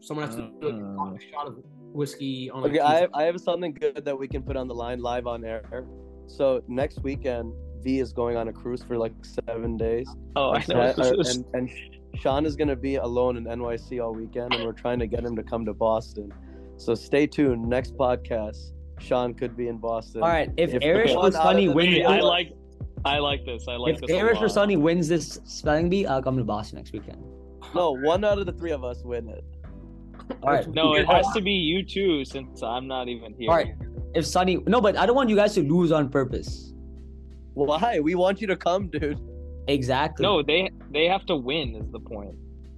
someone has to do like,
Mm.
a shot of whiskey on. a
Okay, I
Tuesday.
have, I have something good that we can put on the line live on air. So next weekend, V is going on a cruise for like seven days.
Oh, I
And,
know.
Sa- uh, and, and Sean is going to be alone in NYC all weekend, and we're trying to get him to come to Boston. So stay tuned. Next podcast, Sean could be in Boston.
All right, if,
If the
Erish or
one out of
Sunny
the
wins,
three-
Hey, I like, I like this. I like
if
this. a
Erish or
lot.
Sunny wins this spelling bee, I'll come to Boston next weekend.
No, one out of the three of us win it.
All right,
No, it has to be you two since I'm not even here.
all right. If Sunny, no, but I don't want you guys to lose on purpose.
Why? We want you to come, dude.
Exactly.
No, they they have to win is the point.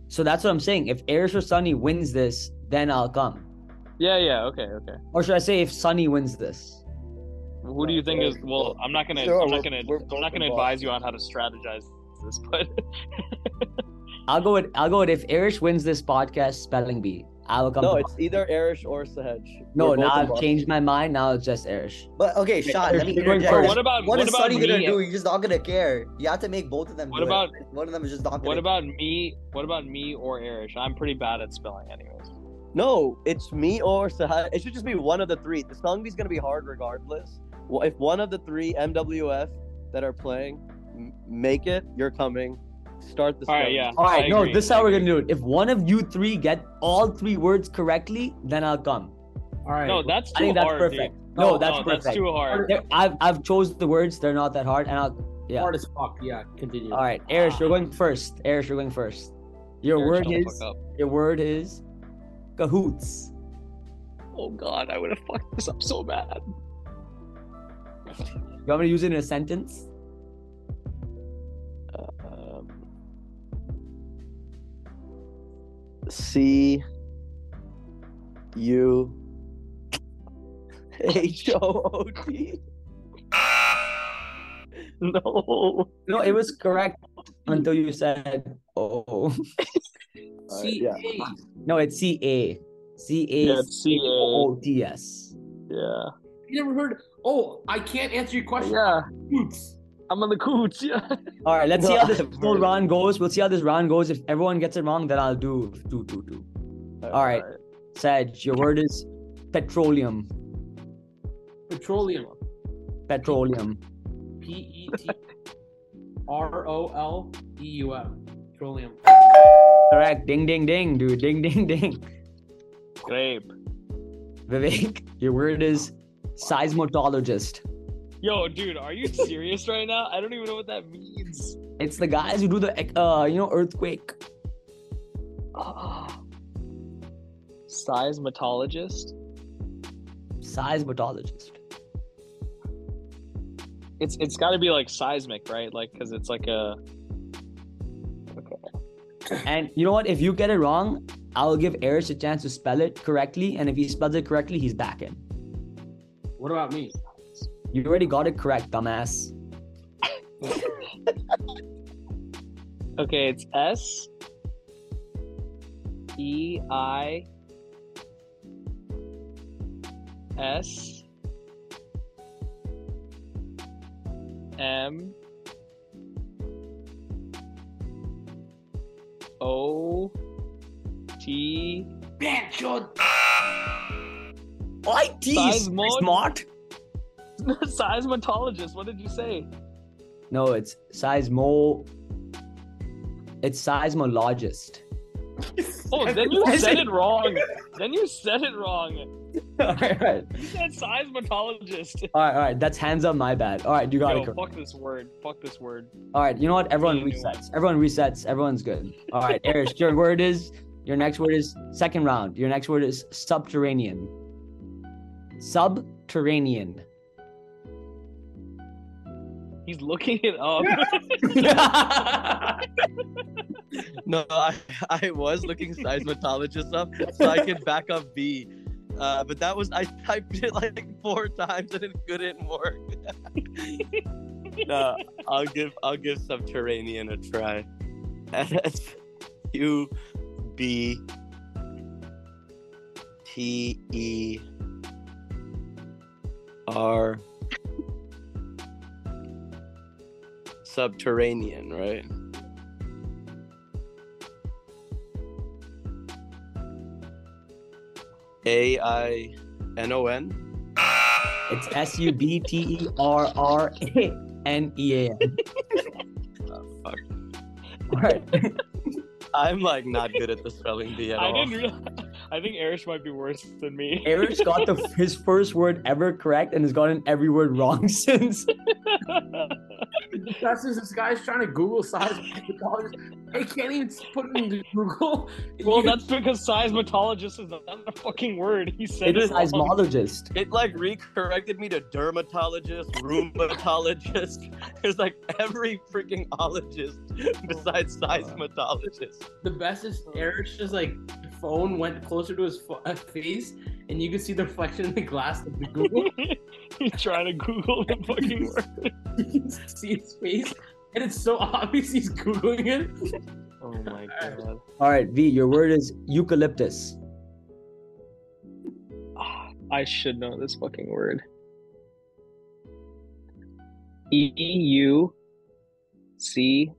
So that's what I'm saying. If Erish or Sunny wins this, then I'll come.
Yeah, yeah, okay, okay.
Or should I say if Sunny wins this?
Who do you think is? Well, I'm not gonna,
Sure,
I'm
we're-
not gonna,
we're
I'm not
both
gonna
involved.
advise you on how to strategize this, but
I'll go with I'll go with if Erish wins this podcast spelling bee. I will come.
No,
to
it's either Erish or Sahej.
no.
We're both
Now
in
I've
Boston.
changed my mind. Now it's just Irish.
But okay, Sean, let me
you're going
interject.
first.
what about
what
what
is
about
Sonny
me?
gonna do? He's just not gonna care. You have to make both of them.
What
do it.
about-
one of them is just not gonna?
What about me? What about me or Irish? I'm pretty bad at spelling, anyways.
No, it's me or Sahaj. It should just be one of the three. The song is gonna be hard regardless. Well, If one of the three MWF that are playing m- make it, you're coming. Start the.
All right,
show.
yeah.
All right,
I
no,
agree,
this is how
I
we're
agree.
gonna do it. If one of you three get all three words correctly, then I'll come.
All right.
No, that's too
I think that's
hard,
perfect.
dude.
No,
No,
that's perfect.
that's too hard.
They're- I've I've chose the words. They're not that hard, and I'll yeah.
hard as fuck. Yeah, continue.
All right, Erish, you're going first. Erish, you're going first. Your
Irish,
word
shut the
is
fuck up.
your word is cahoots.
Oh God, I would have fucked this up so bad.
You want me to use it in a sentence?
Um, C U H O O T. No.
No, it was correct until you said oh.
See,
yeah.
hey,
No, it's C A C
Yeah,
A
it's C A.
O T S.
Yeah,
you never heard? Oh, I can't answer your question.
yeah.
Boots.
I'm on the coots. Yeah.
All right, let's see how this
I've
whole
heard.
round goes. We'll see how this round goes. If everyone gets it wrong, then I'll do two, two, two. All right, Saj, your word is petroleum.
Petroleum.
Petroleum.
P E T R O L E U M. Petroleum.
Correct. Ding, ding, ding, dude. Ding, ding, ding.
Grape.
Vivek, your word is seismologist.
Yo, dude, are you serious right now? I don't even know what that means.
It's the guys who do the uh, you know earthquake.
Seismatologist.
Seismologist.
It's it's got to be like seismic, right? Like, cause it's like a.
And you know what? If you get it wrong, I'll give Erish a chance to spell it correctly. And if he spells it correctly, he's back in.
What about me?
You already got it correct, dumbass.
Okay, it's S. E I. S. M. O. T.
Bad shot.
Why tease?
Seismod-
Smart?
Seismatologist. What did you say?
No, it's seismo. It's seismologist.
Oh, then you said it wrong. Then you said it wrong.
all right, all right,
You said seismatologist.
all right, all right. That's hands up. My bad. All right, you got
Yo,
it correct.
fuck this word. Fuck this word.
All right, you know what? Everyone
Continue.
resets. Everyone resets. Everyone's good. All right, Erish, your word is your next word is second round. Your next word is subterranean. Subterranean.
He's looking it up.
No, I, I was looking seismologist up so I could back up B. Uh, but that was I typed it like four times and it couldn't work. no, I'll give I'll give subterranean a try. S U B T E R subterranean, right? A I N O N.
It's S U B T E R R A N E A N.
fuck.
All right.
I'm like not good at the spelling bee at
I
all.
didn't. Real- I think Erish might be worse than me.
Eric's got the his first word ever correct and has gotten every word wrong since.
That's just this guy's trying to Google size. They can't even put it into Google.
well, that's because seismatologist is not a fucking word. He said
It is
it wrong.
seismologist.
It like recorrected me to dermatologist, rheumatologist. There's like every freaking ologist besides seismatologist.
the best is Eric's just like phone went closer to his fo- uh, face, and you could see the reflection in the glass of the Google.
He's trying to Google the fucking word.
you can see his face, and it's so obvious he's googling it.
Oh my god.
All right, V, your word is eucalyptus.
I should know this fucking word. E U C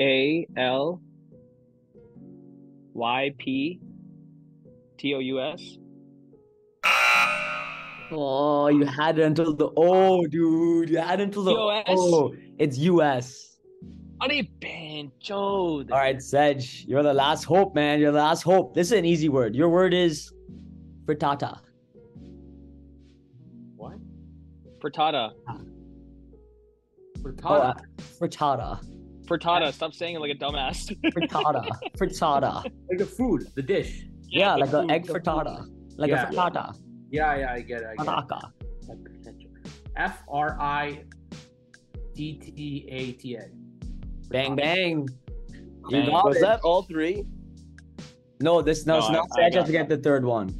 A L Y P T O U S.
Oh, you had it until the oh, dude. You had it until the
US?
oh. It's US.
All
All right, Sedge, you're the last hope, man. You're the last hope. This is an easy word. Your word is frittata.
What? Frittata.
Oh,
Frittata.
frittata.
Frittata. Stop saying it like a dumbass.
Frittata. frittata.
Like the food, the dish.
Yeah,
the
like an
food,
egg
the food.
frittata. Like a
Yeah.
frittata.
Yeah, yeah, I get it. I get it.
Frittata.
Like potential. F R I T T A T A.
Bang bang. You
Bang.
got
Was
it.
that all three?
No, this no,
No,
it's
I-
not
I
Sag. I,
got
have to get the third one.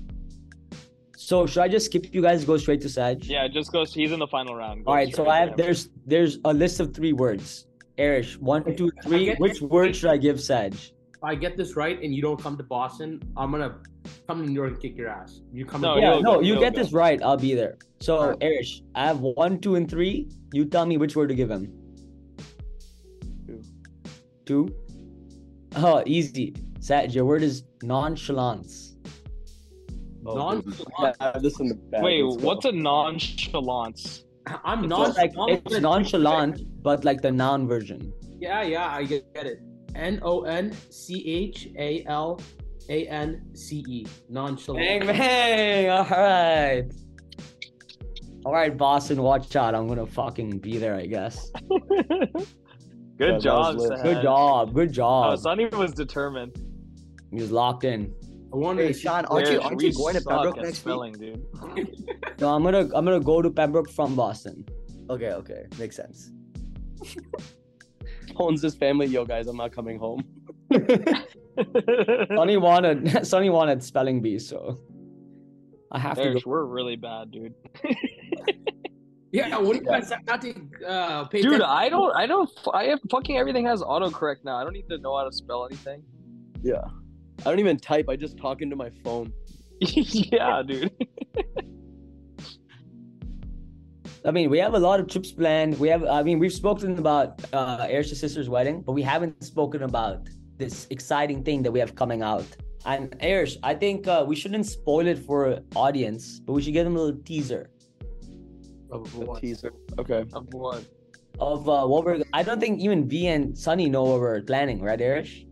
So should I just skip you guys? Go straight to Sag.
Yeah, just goes. He's in the final round. Go
All right.
straight
So I
to
have
him.
there's there's a list of three words. Erish, one,
Okay,
two, three.
get-
Which word should I give Sag?
If I get this right and you don't come to Boston, I'm gonna come to New York and kick your ass. You come
No,
to
yeah.
you'll
No,
go,
you
you'll
get
go.
this right. I'll be there. So
Alright.
Erish, I have one, two, and three. You tell me which word to give him.
Two.
Two. Oh, easy. Sag, your word is nonchalance.
Non-
I have Oh, this in the bag.
Wait,
Let's go.
what's a nonchalance?
I'm
Not
not
like it's nonchalant, but like the noun version.
Yeah, yeah, I get get it. N O N C H A L A N C E.
Bang
Nonchalant.
bang! All right. All right, Boston, watch out. I'm gonna fucking be there, I guess.
Yeah, that
Good
was
job,
lit.
Sahaj.
Good job. Good
Oh,
job.
Sonny was determined.
He was locked in.
I wonder
Hey,
if
Sean, aren't you,
Where's-
aren't
we
you going to
suck
Pembroke
at
next week?
spelling, dude.
No, I'm gonna I'm gonna go to Pembroke from Boston.
Okay, okay. Makes sense.
Owns his family. Yo, guys, I'm not coming home.
Sonny wanted Sonny wanted spelling bee, so I have to
Eric,
go.
we're really bad, dude.
Yeah, what do you guys have not to uh, pay
Dude,
attention?
I don't, I don't, I have fucking everything has autocorrect now. I don't need to know how to spell anything.
Yeah. I don't even type. I just talk into my phone.
yeah, dude.
I mean, we have a lot of trips planned. We have I mean we've spoken about uh Arisha's sister's wedding, but we haven't spoken about this exciting thing that we have coming out. And Arish, I think uh, we shouldn't spoil it for audience, but we should give them a little teaser.
Of
The
what?
teaser. Okay.
Of what?
of uh, what we're. I don't think even V and Sunny know what we're planning, right, Erish?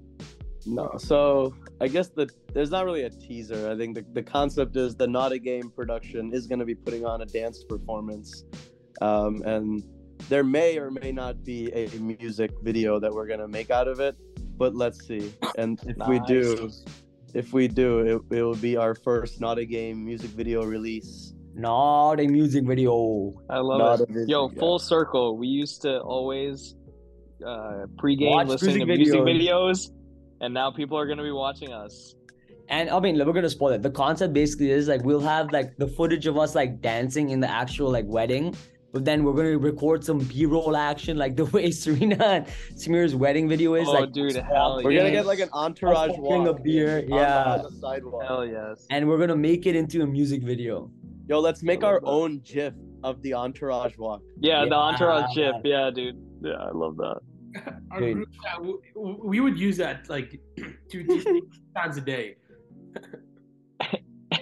No. So I guess the there's not really a teaser. I think the, the concept is the Not a Game production is going to be putting on a dance performance, um, and there may or may not be a music video that we're going to make out of it. But let's see. And if we do, if we do, it, it will be our first Not a Game music video release.
Not a music video.
I love
Not
it.
a music
Yo,
video.
full circle. We used to always uh, pregame
Watch
listening to
music
music videos, and now people are gonna be watching us.
And I mean, we're gonna spoil it. The concept basically is like we'll have like the footage of us like dancing in the actual like wedding, but then we're gonna record some B-roll action like the way Serena and Samir's wedding video is.
oh,
like,
dude, hell
We're
yes.
gonna get like an entourage
Fucking
walk.
a beer,
on the-
yeah.
On the sidewalk.
hell yes.
and we're gonna make it into a music video.
Yo, let's make
I love
our
that.
own GIF of the entourage walk.
Yeah,
Yeah.
the entourage chip. Yeah, dude. Yeah, I love that.
Our
Dude.
group chat, we, we would use that like two two times a day.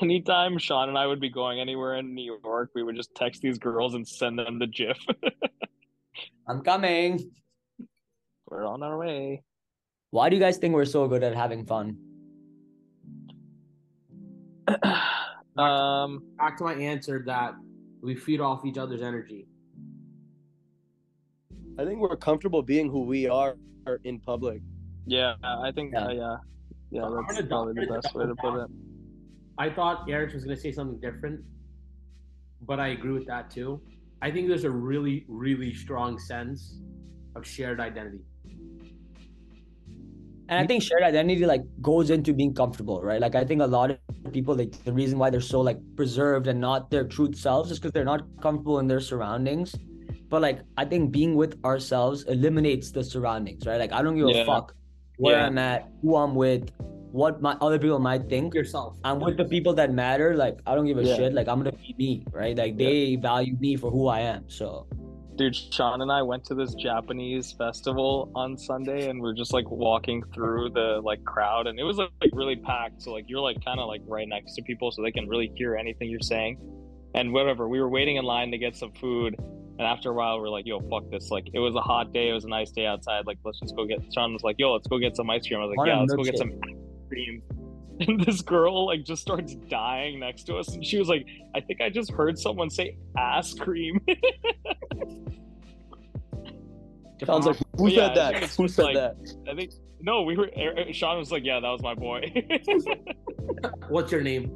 Anytime Sean and I would be going anywhere in New York, we would just text these girls and send them the GIF.
I'm coming.
We're on our way.
Why do you guys think we're so good at having fun?
um,
Back to my answer that we feed off each other's energy.
I think we're comfortable being who we are in public.
yeah, I think
Yeah.
yeah, yeah, yeah
I'm
that's
gonna
probably the
document
best way to put it.
I thought Eric was going to say something different, but I agree with that too. I think there's a really, really strong sense of shared identity.
And I think shared identity like goes into being comfortable, right? Like I think a lot of people like the reason why they're so like preserved and not their true selves is because they're not comfortable in their surroundings. But like I think being with ourselves eliminates the surroundings, right? Like I don't give a
Yeah.
fuck where
Yeah.
I'm at, who I'm with, what my other people might think.
yourself.
I'm with the people that matter. Like I don't give a
Yeah.
shit. Like I'm gonna be me, right? Like they value me for who I am. So
Dude, Sean and I went to this Japanese festival on Sunday, and we're just like walking through the like crowd, and it was like really packed. So like you're like kind of like right next to people, so they can really hear anything you're saying. And whatever, we were waiting in line to get some food, and after a while, we're like, "Yo, fuck this!" Like it was a hot day, it was a nice day outside. Like let's just go get. Sean was like, "Yo, let's go get some ice cream." I was like,
Want a
"Yeah, let's go
milkshake?"
get some ice cream." And this girl like just starts dying next to us, and she was like, "I think I just heard someone say ass cream."
I was like, who
Yeah,
said that?
it's
Who
just
said
like-
that?
I think no, we were. er- er, Sean was like, "Yeah, that was my boy."
What's your name?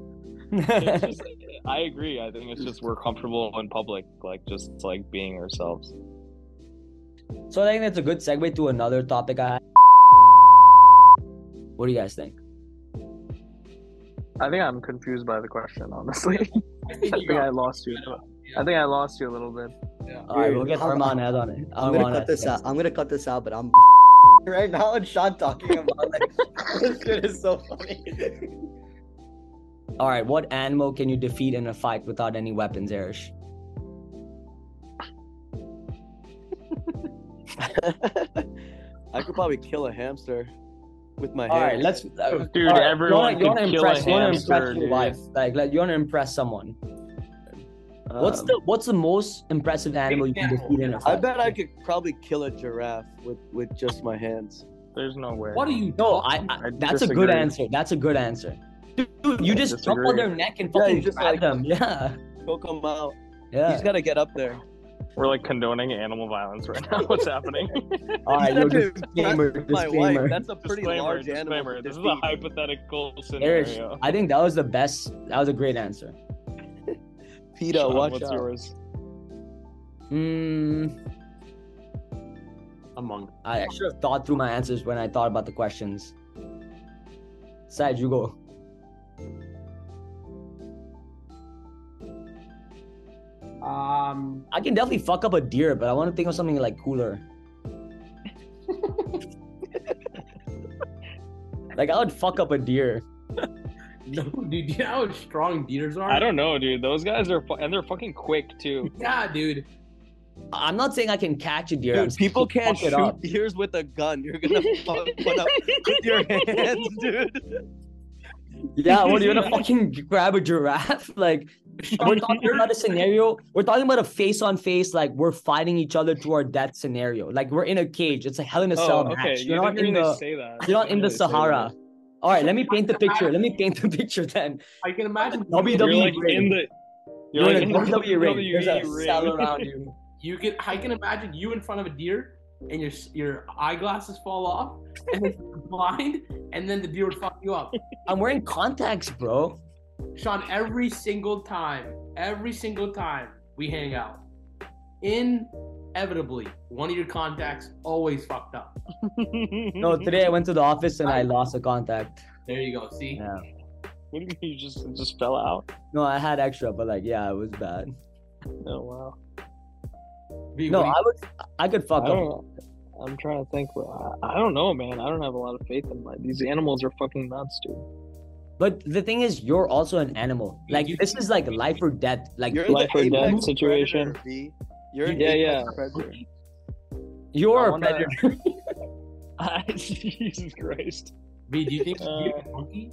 It's just- I agree. I think it's just we're comfortable in public, like just like being ourselves.
So I think that's a good segue to another topic I had. What do you guys think?
I think I'm confused by the question, honestly.
I think you got-
lost you.
I
think I lost you a little bit.
All right, we'll get
I'm-
Arman Ed on it.
I'm
Arman
gonna
Ed.
cut this out. I'm gonna cut this out, but I'm right now and Sean talking about like this shit is so funny.
All right, what animal can you defeat in a fight without any weapons, Erish?
I could probably kill a hamster with my
All
hand.
right, let's. Uh,
Dude,
all right,
everyone
you wanna,
could
you
kill a
wanna impress, you wanna
hamster,
impress your
dude.
wife. Like, like you want to impress someone. what's
Um,
the What's the most impressive animal you can
animal.
defeat in a
I
fight?
bet I could probably kill a giraffe with with just my hands.
There's no way.
What are you?
No,
talking-
I. I
I
that's a good
disagree.
answer. That's a good answer. Dude, you
I
just jump on
disagree.
their neck and
Yeah,
fucking
you just,
grab
like-
them. Yeah,
Go come out. He's
yeah.
got to get up there.
We're like condoning animal violence right now. What's happening?
All right,
He's
yo,
got to
disclaimer,
impress my
disclaimer.
wife. That's a pretty
disclaimer.
large
Disclaimer.
animal. to
This is a
defeat.
hypothetical scenario.
Erish, I think that was the best. That was a great answer.
Peter,
Sean,
watch
what's
out.
yours?
Hmm.
among.
I I should have thought through my answers when I thought about the questions. Saj, you go.
Um,
I can definitely fuck up a deer, but I want to think of something like cooler. like I would fuck up a deer.
no, dude, you know how strong deers are.
I don't know, dude. Those guys are fu- and they're fucking quick too.
Yeah, dude.
I- I'm not saying I can catch a deer. I'm
Dude,
saying
people
I can
can't
fuck it
shoot
up.
deers with a gun. You're gonna fuck one up with your hands, dude.
Yeah, what do you want to fucking grab a giraffe? Like we're talking about a scenario. We're talking about a face-on-face, like we're fighting each other to our death scenario. Like we're in a cage. It's a hell in a cell
oh, okay.
match.
You
You're not
didn't
in
really
the.
say that.
You're not
You
in the
didn't really say
Sahara.
that.
All right, let me paint the picture. Let me paint the picture then.
I can imagine.
WWE
You're like
ring.
in the.
You're,
like
in a WWE ring. There's a cell around you.
You can. I can imagine you in front of a deer, and your your eyeglasses fall off, and then you're blind, and then the deer would fuck you up.
I'm wearing contacts, bro.
Sean, every single time, every single time we hang out, inevitably, one of your contacts always fucked up.
Mm-hmm.
No, today I went to the office and I lost a contact.
There you go. See?
Yeah.
What do you mean? You just it just fell out.
No, I had extra, but like, yeah, it was bad.
Oh wow.
V,
No,
what do you-
I would, I could fuck
I
up.
don't. I'm trying to think. Well, I I don't know, man. I don't have a lot of faith in life. These animals are fucking nuts, dude.
But the thing is, you're also an animal. Like
You-
this is like life or death. Like
You're
you're,
an
Life or death
apex
situation.
predator, B. You're an
Yeah,
apex
yeah.
predator.
I
a
wanna-
predator.
Jesus Christ.
V, do you think
Uh,
you're a monkey?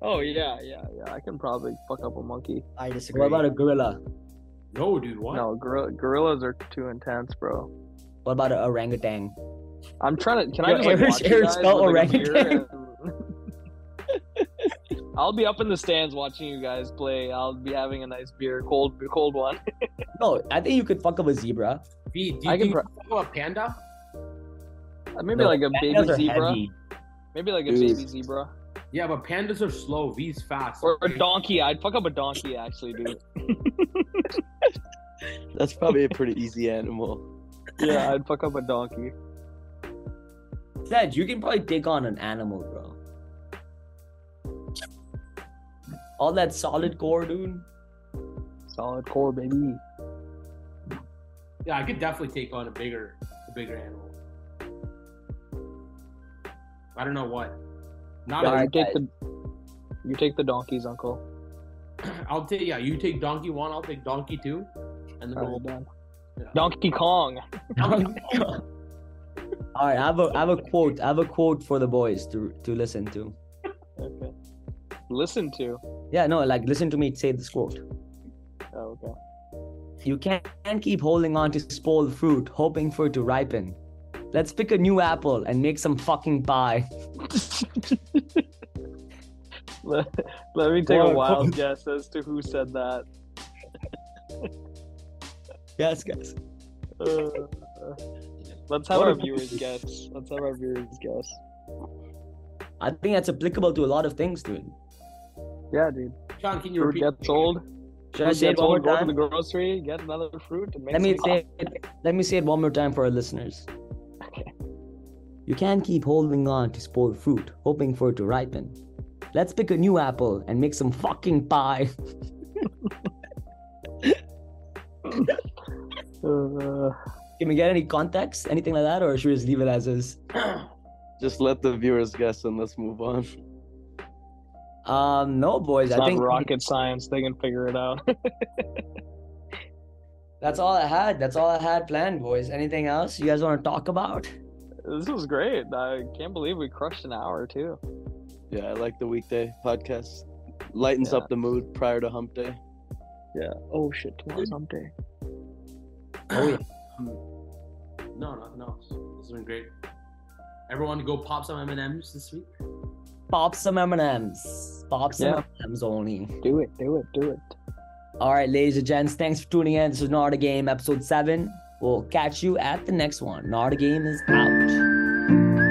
Oh yeah, yeah, yeah. I can probably fuck up a monkey.
I disagree.
What about a gorilla?
No, dude. What?
No, gorilla, gorillas are too intense, bro.
What about an orangutan?
I'm trying to. Can
Yo,
I just like,
Aaron-
watch you
Aaron
guys
spelled
with, like, a
orangutan.
beer and- I'll be up in the stands watching you guys play. I'll be having a nice beer, cold, cold one.
No, I think you could fuck up a zebra.
V, do you
I can
think you fuck up a panda?
Maybe
No,
like a
Pandas
baby
are
zebra.
heavy.
Maybe like a
Dude.
baby zebra
Yeah, but pandas are slow. V's fast.
or a donkey. I'd fuck up a donkey actually, dude.
That's probably a pretty easy animal.
Yeah, I'd fuck up a donkey.
Sledge, you can probably take on an animal, bro. All that solid core, dude.
Solid core, baby.
Yeah, I could definitely take on a bigger, a bigger animal. I don't know what. Not
Yeah,
Alright,
you take the you take the donkeys, Uncle.
I'll take yeah. You take donkey one. I'll take donkey two, and then
All
we'll.
right, done.
Yeah.
Donkey Kong.
All right, I have a I have a quote. I have a quote for the boys to to listen to.
Okay. Listen to.
Yeah, no, like listen to me say this quote.
Oh, okay.
You can't keep holding on to spoiled fruit, hoping for it to ripen. Let's pick a new apple and make some fucking pie.
Let, let me take
Wow,
a wild guess as to who said that.
Yes, guys.
Uh, let's have
What
our
a-
viewers guess. Let's have our viewers guess.
I think that's applicable to a lot of things, dude.
Yeah, dude.
John, can you
Fruit
repeat?
gets old.
Should I
Fruit
say it
gets
one more
old. Go to the
time?
grocery, get another fruit, and make
Let me
some
say it, let me say it one more time for our listeners. You can't keep holding on to spoiled fruit, hoping for it to ripen. Let's pick a new apple and make some fucking pie.
Uh,
Can we get any context, anything like that, or should we just leave it as is?
Just let the viewers guess and let's move on.
Um, no, boys.
it's
I
not
think
rocket science. They can figure it out.
that's all I had. That's all I had planned, boys. Anything else you guys want to talk about?
this was great. I can't believe we crushed an hour too.
Yeah, I like the weekday podcast. Lightens
Yeah.
up the mood prior to hump day.
Yeah. Oh shit. Tomorrow's hump day.
Oh, yeah.
Um, No, nothing else. This has been great. Everyone, go pop some M and M's this week.
Pop some M&Ms. Pop some
Yeah.
M&Ms only.
Do it. Do it. Do it.
All right, ladies and gents, thanks for tuning in. This is Not a Game, episode seven. We'll catch you at the next one. Not a Game is out.